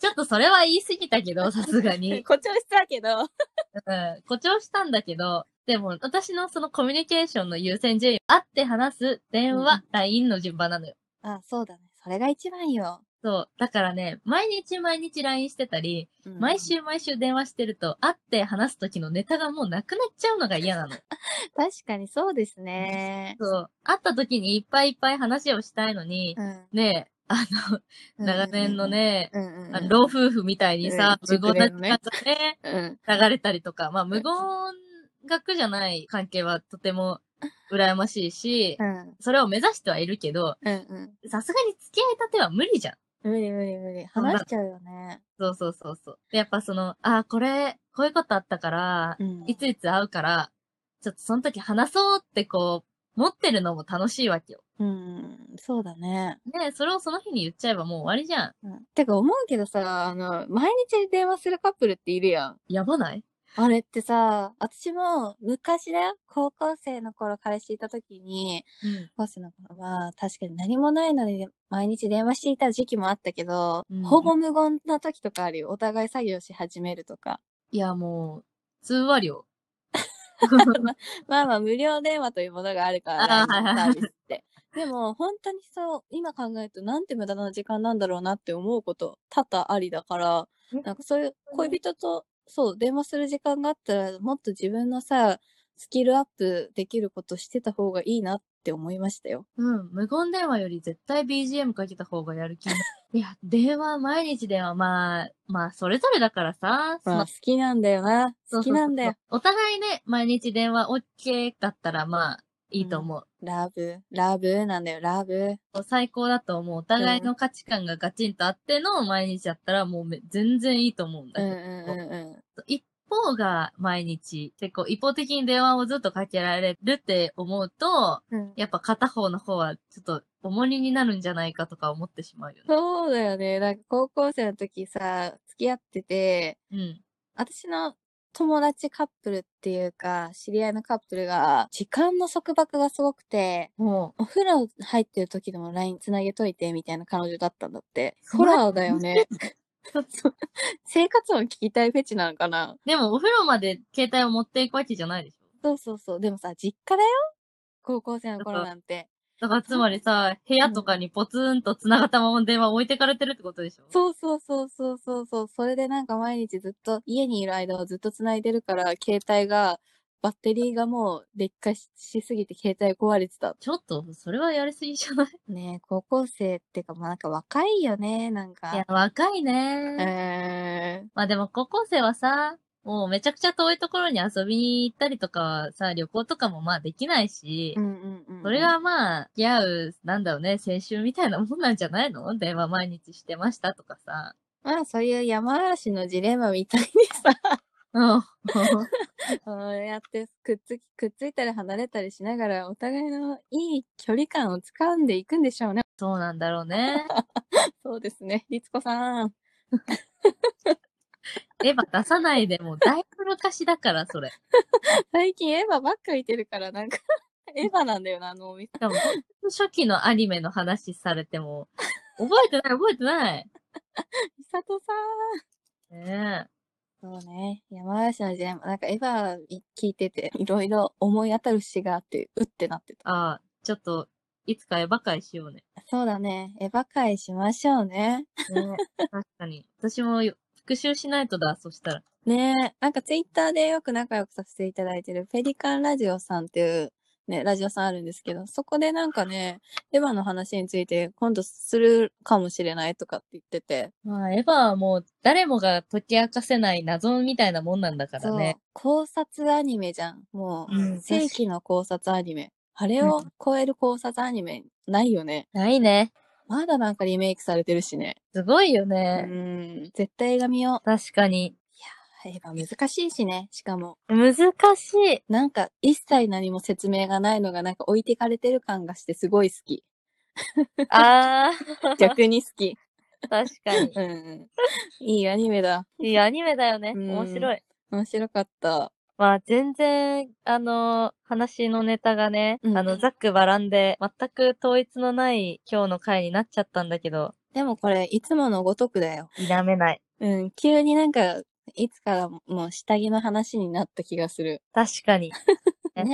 Speaker 1: ちょっとそれは言い過ぎたけど、さすがに。
Speaker 2: 誇張したけ
Speaker 1: う
Speaker 2: ど。
Speaker 1: ん、誇張したんだけど、でも私のそのコミュニケーションの優先順位、会って話す、電
Speaker 2: う
Speaker 1: 話、
Speaker 2: ん
Speaker 1: LINE の順番なのよ。
Speaker 2: あ、そうだね。それが一番よ。
Speaker 1: そう。だからね、毎日毎日 LINE してたり、
Speaker 2: うん
Speaker 1: 毎。週毎週電話してると、会って話す時のネタがもうなくなっちゃうのが嫌なの。
Speaker 2: 確かにそうですね。
Speaker 1: そう。会った時にいっぱいいっぱい話をしたいのに、
Speaker 2: うん。
Speaker 1: ねえ、あ
Speaker 2: う
Speaker 1: の、
Speaker 2: ん
Speaker 1: 長年のね、
Speaker 2: うんうん
Speaker 1: あ
Speaker 2: う
Speaker 1: の
Speaker 2: ん。
Speaker 1: 老夫婦みたいにさ、
Speaker 2: うん
Speaker 1: 無言な時
Speaker 2: 熟
Speaker 1: 間
Speaker 2: 年
Speaker 1: がね、
Speaker 2: うん。
Speaker 1: 流れたりとか、まあ無言学じゃない関係はとても羨ましいし
Speaker 2: う、ん。
Speaker 1: それを目指してはいるけど、
Speaker 2: うんうん。
Speaker 1: さすがに付き合いたては無理じゃん。
Speaker 2: 無理無理無理。
Speaker 1: そうだ
Speaker 2: 話しちゃうよね。
Speaker 1: そうそうそうそう。で、やっぱその、ああ、これ、こういうことあったから、
Speaker 2: うん
Speaker 1: いついつ会うから、ちょっとその時話そうってこう、持ってるのも楽しいわけよ。
Speaker 2: うん。そうだね。
Speaker 1: ねそれをその日に言っちゃえばもう終わりじゃん。
Speaker 2: うんてか思うけどさ、あの、毎日電話するカップルっているやん。
Speaker 1: やばない
Speaker 2: あれってさ、私も昔だよ。高校生の頃彼氏いた時に、
Speaker 1: うん。
Speaker 2: 高校生の頃は確かに何もないのに毎日電話していた時期もあったけど、
Speaker 1: うん
Speaker 2: ほぼ無言な時とかあるよ。お互い作業し始めるとか。
Speaker 1: いや、もう、通話 料。
Speaker 2: まあまあ、無料電話というものがあるから、
Speaker 1: あー
Speaker 2: LINE
Speaker 1: はい
Speaker 2: の
Speaker 1: はいはい
Speaker 2: サービスって。でも、本当にそう、今考えると、なんて無駄な時間なんだろうなって思うこと、多々ありだから
Speaker 1: え、
Speaker 2: なんかそういう恋人と、そう、電話する時間があったら、もっと自分のさ、スキルアップできることしてた方がいいなって思いましたよ。
Speaker 1: うん、無言電話より絶対 BGM かけた方がやる気になる。いや、電話、毎日電話、まあ、まあ、それぞれだからさ、
Speaker 2: まあ、好きなんだよな。
Speaker 1: そ
Speaker 2: 好
Speaker 1: の
Speaker 2: きなんだよ。。
Speaker 1: そうそうそうお互いね、毎日電話 OK だったら、まあ、いいと思う。
Speaker 2: ラブ、ラブなんだよ、ラブ。
Speaker 1: 最高だと思う。お互いの価値観がガチンとあっての毎日だったら、もうめ全然いいと思うんだ
Speaker 2: う
Speaker 1: け
Speaker 2: ん
Speaker 1: ど。
Speaker 2: うんうんうん。
Speaker 1: 一方が毎日、結構一方的に電話をずっとかけられるって思うと、
Speaker 2: うん
Speaker 1: やっぱ片方の方はちょっと重荷になるんじゃないかとか思ってしまうよね。
Speaker 2: そうだよね。なんか高校生の時さ、付き合ってて、
Speaker 1: うん。
Speaker 2: 私の友達カップルっていうか、知り合いのカップルが、時間の束縛がすごくて、
Speaker 1: も
Speaker 2: お風呂入ってる時でも LINE 繋げといて、みたいな彼女だったんだって。
Speaker 1: そ
Speaker 2: ホ
Speaker 1: れ
Speaker 2: ラーだよね。 そう生活音聞きたいフェチなのかな
Speaker 1: う。でもお風呂まで携帯を持っていくわけじゃないでしょ。
Speaker 2: そうそうそう。でもさ、実家だよ高校生の頃なんて。
Speaker 1: だからつまりさ、部屋とかにポツンと繋がったまま電話置いてかれてるってことでしょ
Speaker 2: そうそうそうそうそうそう。それでなんか毎日ずっと、家にいる間はずっと繋いでるから、携帯が、バッテリーがもう劣化ししすぎて携帯壊れてた。
Speaker 1: ちょっと、それはやりすぎじゃない
Speaker 2: ねえ高校生ってか、まあなんか若いよね、なんか。
Speaker 1: いや、若いね
Speaker 2: うーん。
Speaker 1: まあでも高校生はさ、もうめちゃくちゃ遠いところに遊びに行ったりとかさ、旅行とかもまあできないし、
Speaker 2: うんうんうんうん。
Speaker 1: それがまあ、付き合う、なんだろうね、青春みたいなもんなんじゃないの電話毎日してましたとかさ。
Speaker 2: まあそういう山嵐のジレンマみたいに
Speaker 1: うん。
Speaker 2: さ、 こうやってくっつき、くっついたり離れたりしながら、お互いのいい距離感を掴んでいくんでしょうね。
Speaker 1: そうなんだろうね。
Speaker 2: そうですね。律子さん。
Speaker 1: エヴァ出さないでも、だいぶ昔だから、それ。
Speaker 2: 最近エヴァばっか見てるから、なんか、 エヴァなんだよな、あのお店。
Speaker 1: しかも、初期のアニメの話されても、覚えてない、覚えてない。
Speaker 2: 美里さん。
Speaker 1: ねえ。
Speaker 2: そうね。山嵐のジレンマ。なんかエヴァい聞いてて、いろいろ思い当たる節があって、うってなってた。
Speaker 1: ああ、ちょっと、いつかエヴァ会しようね。
Speaker 2: そうだね。エヴァ会しましょうね。
Speaker 1: ね、確かに。私もよ復習しないとだ、そしたら。
Speaker 2: ねえ、なんかツイッターでよく仲良くさせていただいてるペリカンラジオさんっていうね、ラジオさんあるんですけど、そこでなんかね、エヴァの話について今度するかもしれないとかって言ってて、
Speaker 1: まあ、エヴァはもう誰もが解き明かせない謎みたいなもんなんだか
Speaker 2: そ
Speaker 1: ら
Speaker 2: う
Speaker 1: ね。、
Speaker 2: 考察アニメじゃん。もう、
Speaker 1: うん
Speaker 2: 世紀の考察アニメ。あれを超える考察アニメないよね。
Speaker 1: ないね。
Speaker 2: まだなんかリメイクされてるしね。
Speaker 1: すごいよ
Speaker 2: う
Speaker 1: ね。
Speaker 2: ん、絶対映画見よ
Speaker 1: 確かに。
Speaker 2: う。エヴァ難しいしね、しかも。
Speaker 1: 難しい。
Speaker 2: なんか一切何も説明がないのがなんか置いてかれてる感がしてすごい好 き。
Speaker 1: あ あ
Speaker 2: 逆に好 き。
Speaker 1: 確かに
Speaker 2: う。ん。いいアニメだ。
Speaker 1: いいアニメだよね
Speaker 2: うん面白
Speaker 1: い。
Speaker 2: 面白かった。
Speaker 1: まあ、全然、あの、話のネタがね、
Speaker 2: うんあのざ
Speaker 1: っくばらんで、全く統一のない今日の回になっちゃったんだけど、
Speaker 2: でもこれいつものごとくだよ。
Speaker 1: 否めない。
Speaker 2: うん。急になんかいつからももう下着の話になった気がする。
Speaker 1: 確かに。え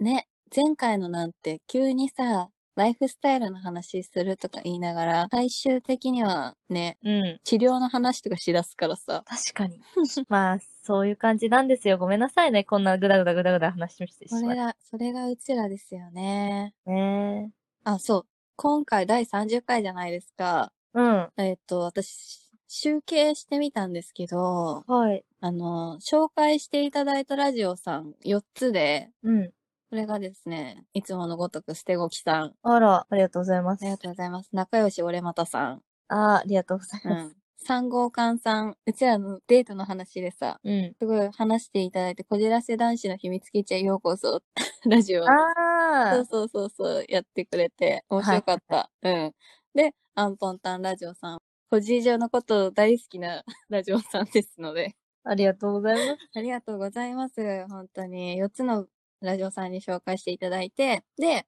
Speaker 2: ね。前回のなんて急にさ、ライフスタイルの話するとか言いながら、最終的にはね、
Speaker 1: うん。
Speaker 2: 治療の話とかしだすからさ。
Speaker 1: 確かに。 まあ、そういう感じなんですよ。ごめんなさいね。こんなぐだぐだぐだぐだ話してし
Speaker 2: そ
Speaker 1: ま
Speaker 2: れ
Speaker 1: っ
Speaker 2: が、それがうちらですよね。
Speaker 1: てね。
Speaker 2: あ、そう。今回第30回じゃないですか。
Speaker 1: うん。
Speaker 2: えっと、私、集計してみたんですけど、
Speaker 1: はい。
Speaker 2: あの、紹介していただいたラジオさん4つで、
Speaker 1: うん。
Speaker 2: それがですね、いつものごとく捨てごきさん、あ
Speaker 1: あら、ありがとうございます。
Speaker 2: りがとうございます。仲良し俺またさん、
Speaker 1: あーありがとうございうます。
Speaker 2: ん。三号館さん、うちらのデートの話でさ、
Speaker 1: うん。
Speaker 2: すごい話していただいて、こじらせ男子の秘密基地へようこそ、 ラジオにそ
Speaker 1: あ
Speaker 2: うそうそうそう、やってくれて、面白かった。うん。で、アンポンタンラジオさん。個人上のこと大好きな ラジオさんですので、
Speaker 1: あ、ありがとうございます。
Speaker 2: ありがとうございます。本当に。4つのラジオさんに紹介していただいて、で、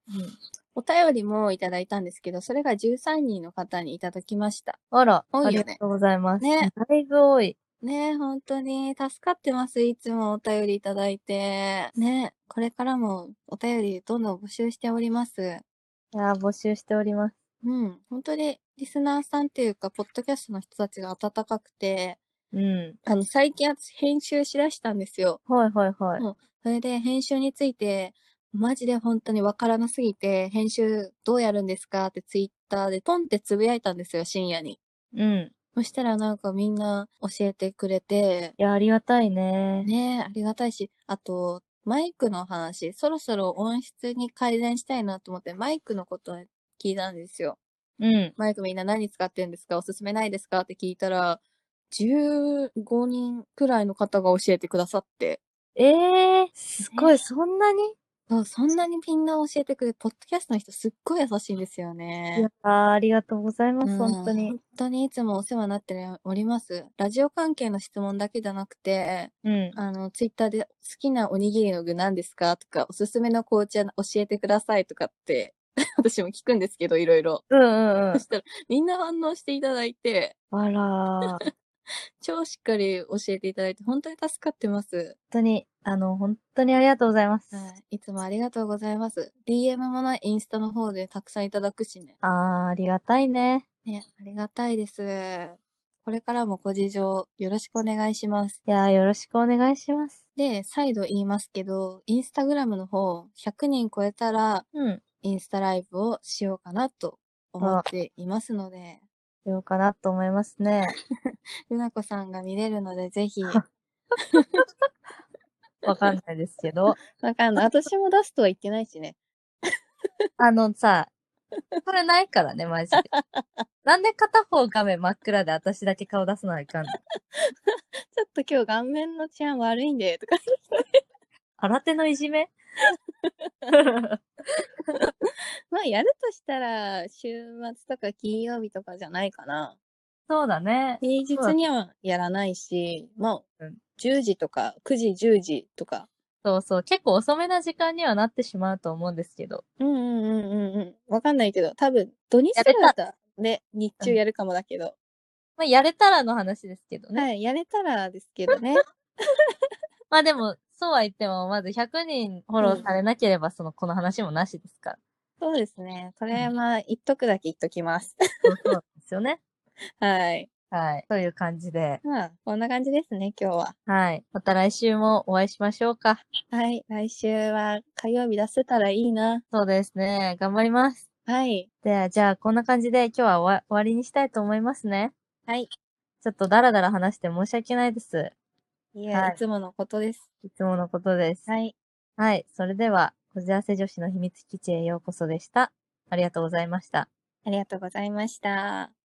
Speaker 2: お便りもいただいたんですけど、それが13人の方にいただきました。
Speaker 1: うん。あら、
Speaker 2: 多
Speaker 1: あ
Speaker 2: いよ
Speaker 1: り
Speaker 2: ね
Speaker 1: がとうございます。
Speaker 2: ね
Speaker 1: だいぶ多い。
Speaker 2: ねえ、本当に助かってます。いつもお便りいただいて。ねえ、これからもお便りどんどん募集しております。
Speaker 1: いやー、募集しております。
Speaker 2: うん、本当にリスナーさんっていうか、ポッドキャストの人たちが温かくて、
Speaker 3: うん。
Speaker 2: あの、最近私編集しだしたんですよ。
Speaker 1: はいはいはい。
Speaker 2: それで編集について、マジで本当にわからなすぎて、編集どうやるんですかってツイッターでポンってつぶやいたんですよ、深夜に。
Speaker 3: うん。
Speaker 2: そしたらなんかみんな教えてくれて、
Speaker 1: いや、ありがたいね。
Speaker 2: ねえ、ありがたいし、あと、マイクの話、そろそろ音質に改善したいなと思って、マイクのことを聞いたんですよ。
Speaker 3: うん。
Speaker 2: マイクみんな何使ってるんですかおすすめないですかって聞いたら、15人くらいの方が教えてくださって、
Speaker 1: えー、すごい、そんなに
Speaker 2: そうそんなにみんな教えてくれて、ポッドキャストの人すっごい優しいんですよ
Speaker 1: いや
Speaker 2: ね。
Speaker 1: ー、ありがとうございます、
Speaker 2: うん
Speaker 1: 本当に。
Speaker 2: 本当にいつもお世話になっております。ラジオ関係の質問だけじゃなくて、
Speaker 3: うん。
Speaker 2: あの、ツイッターで好きなおにぎりの具何ですかとか、おすすめの紅茶教えてくださいとかって、 私も聞くんですけど、いろいろ。
Speaker 1: うんうん
Speaker 2: そしたら、みんな反応していただいて、
Speaker 1: うん。あらー、本
Speaker 2: 超しっかり教えていただいて、本当に助かってます。
Speaker 1: 当に、あの、本当にありがとうございます。
Speaker 2: はい。いつもありがとうございます。DM もないインスタの方でたくさんいただくしね。
Speaker 1: あー、ありがたいね。
Speaker 2: ね、ありがたいです。これからもご事情よろしくお願いします。
Speaker 1: いやー、よろしくお願いします。
Speaker 2: で、再度言いますけど、インスタグラムの方、100人超えたら、
Speaker 3: うん。
Speaker 2: インスタライブをしようかなと思っていますので、
Speaker 1: しようかなと思いますね。
Speaker 2: ルナコさんが見れるので、 ぜひ。
Speaker 1: わかんないですけど。
Speaker 2: わかんない。私も出すとは言ってないしね。
Speaker 1: あのさ、これないからね、マジ で。なんで片方画面真っ暗で私だけ顔出すのはいかんの
Speaker 2: ちょっと今日顔面の治安悪いんで、とか。
Speaker 1: 新手のいじめ
Speaker 2: まあ、やるとしたら、週末とか金曜日とかじゃないかな。
Speaker 1: そうだね。
Speaker 2: 平日にはやらないし、も
Speaker 1: うん
Speaker 2: う、10時とか、9時、10時とか。
Speaker 1: そうそう。結構遅めな時間にはなってしまうと思うんですけど。
Speaker 2: うんうんうんうんうん。わかんないけど、多分、土日とかだったら、ね、日中やるかもだけど。
Speaker 1: まあ、やれたらの話ですけどね。
Speaker 2: はい、やれたらです けどね。
Speaker 1: まあでも、そうは言っても、まず100人フォローされなければ、その、この話もなしですから。
Speaker 2: そうですね。これ、まあ、言っとくだけ言っときます。
Speaker 1: そうそうなんですよね。
Speaker 2: はい。
Speaker 1: はい。という感じで、
Speaker 2: まあ、こんな感じですね、今日は。
Speaker 1: はい。また来週もお会いしましょうか。
Speaker 2: はい。来週は火曜日出せたらいいな。
Speaker 1: そうですね。頑張ります。
Speaker 2: はい。
Speaker 1: では、じゃあ、こんな感じで今日は終わ終わりにしたいと思いますね。
Speaker 2: はい。
Speaker 1: ちょっとダラダラ話して申し訳ないです。
Speaker 2: いや、
Speaker 1: はい
Speaker 2: い、つものことです。
Speaker 1: いつものことです。
Speaker 2: はい。
Speaker 1: はい。それでは、こじらせ女子の秘密基地へようこそでした。ありがとうございました。
Speaker 2: ありがとうございました。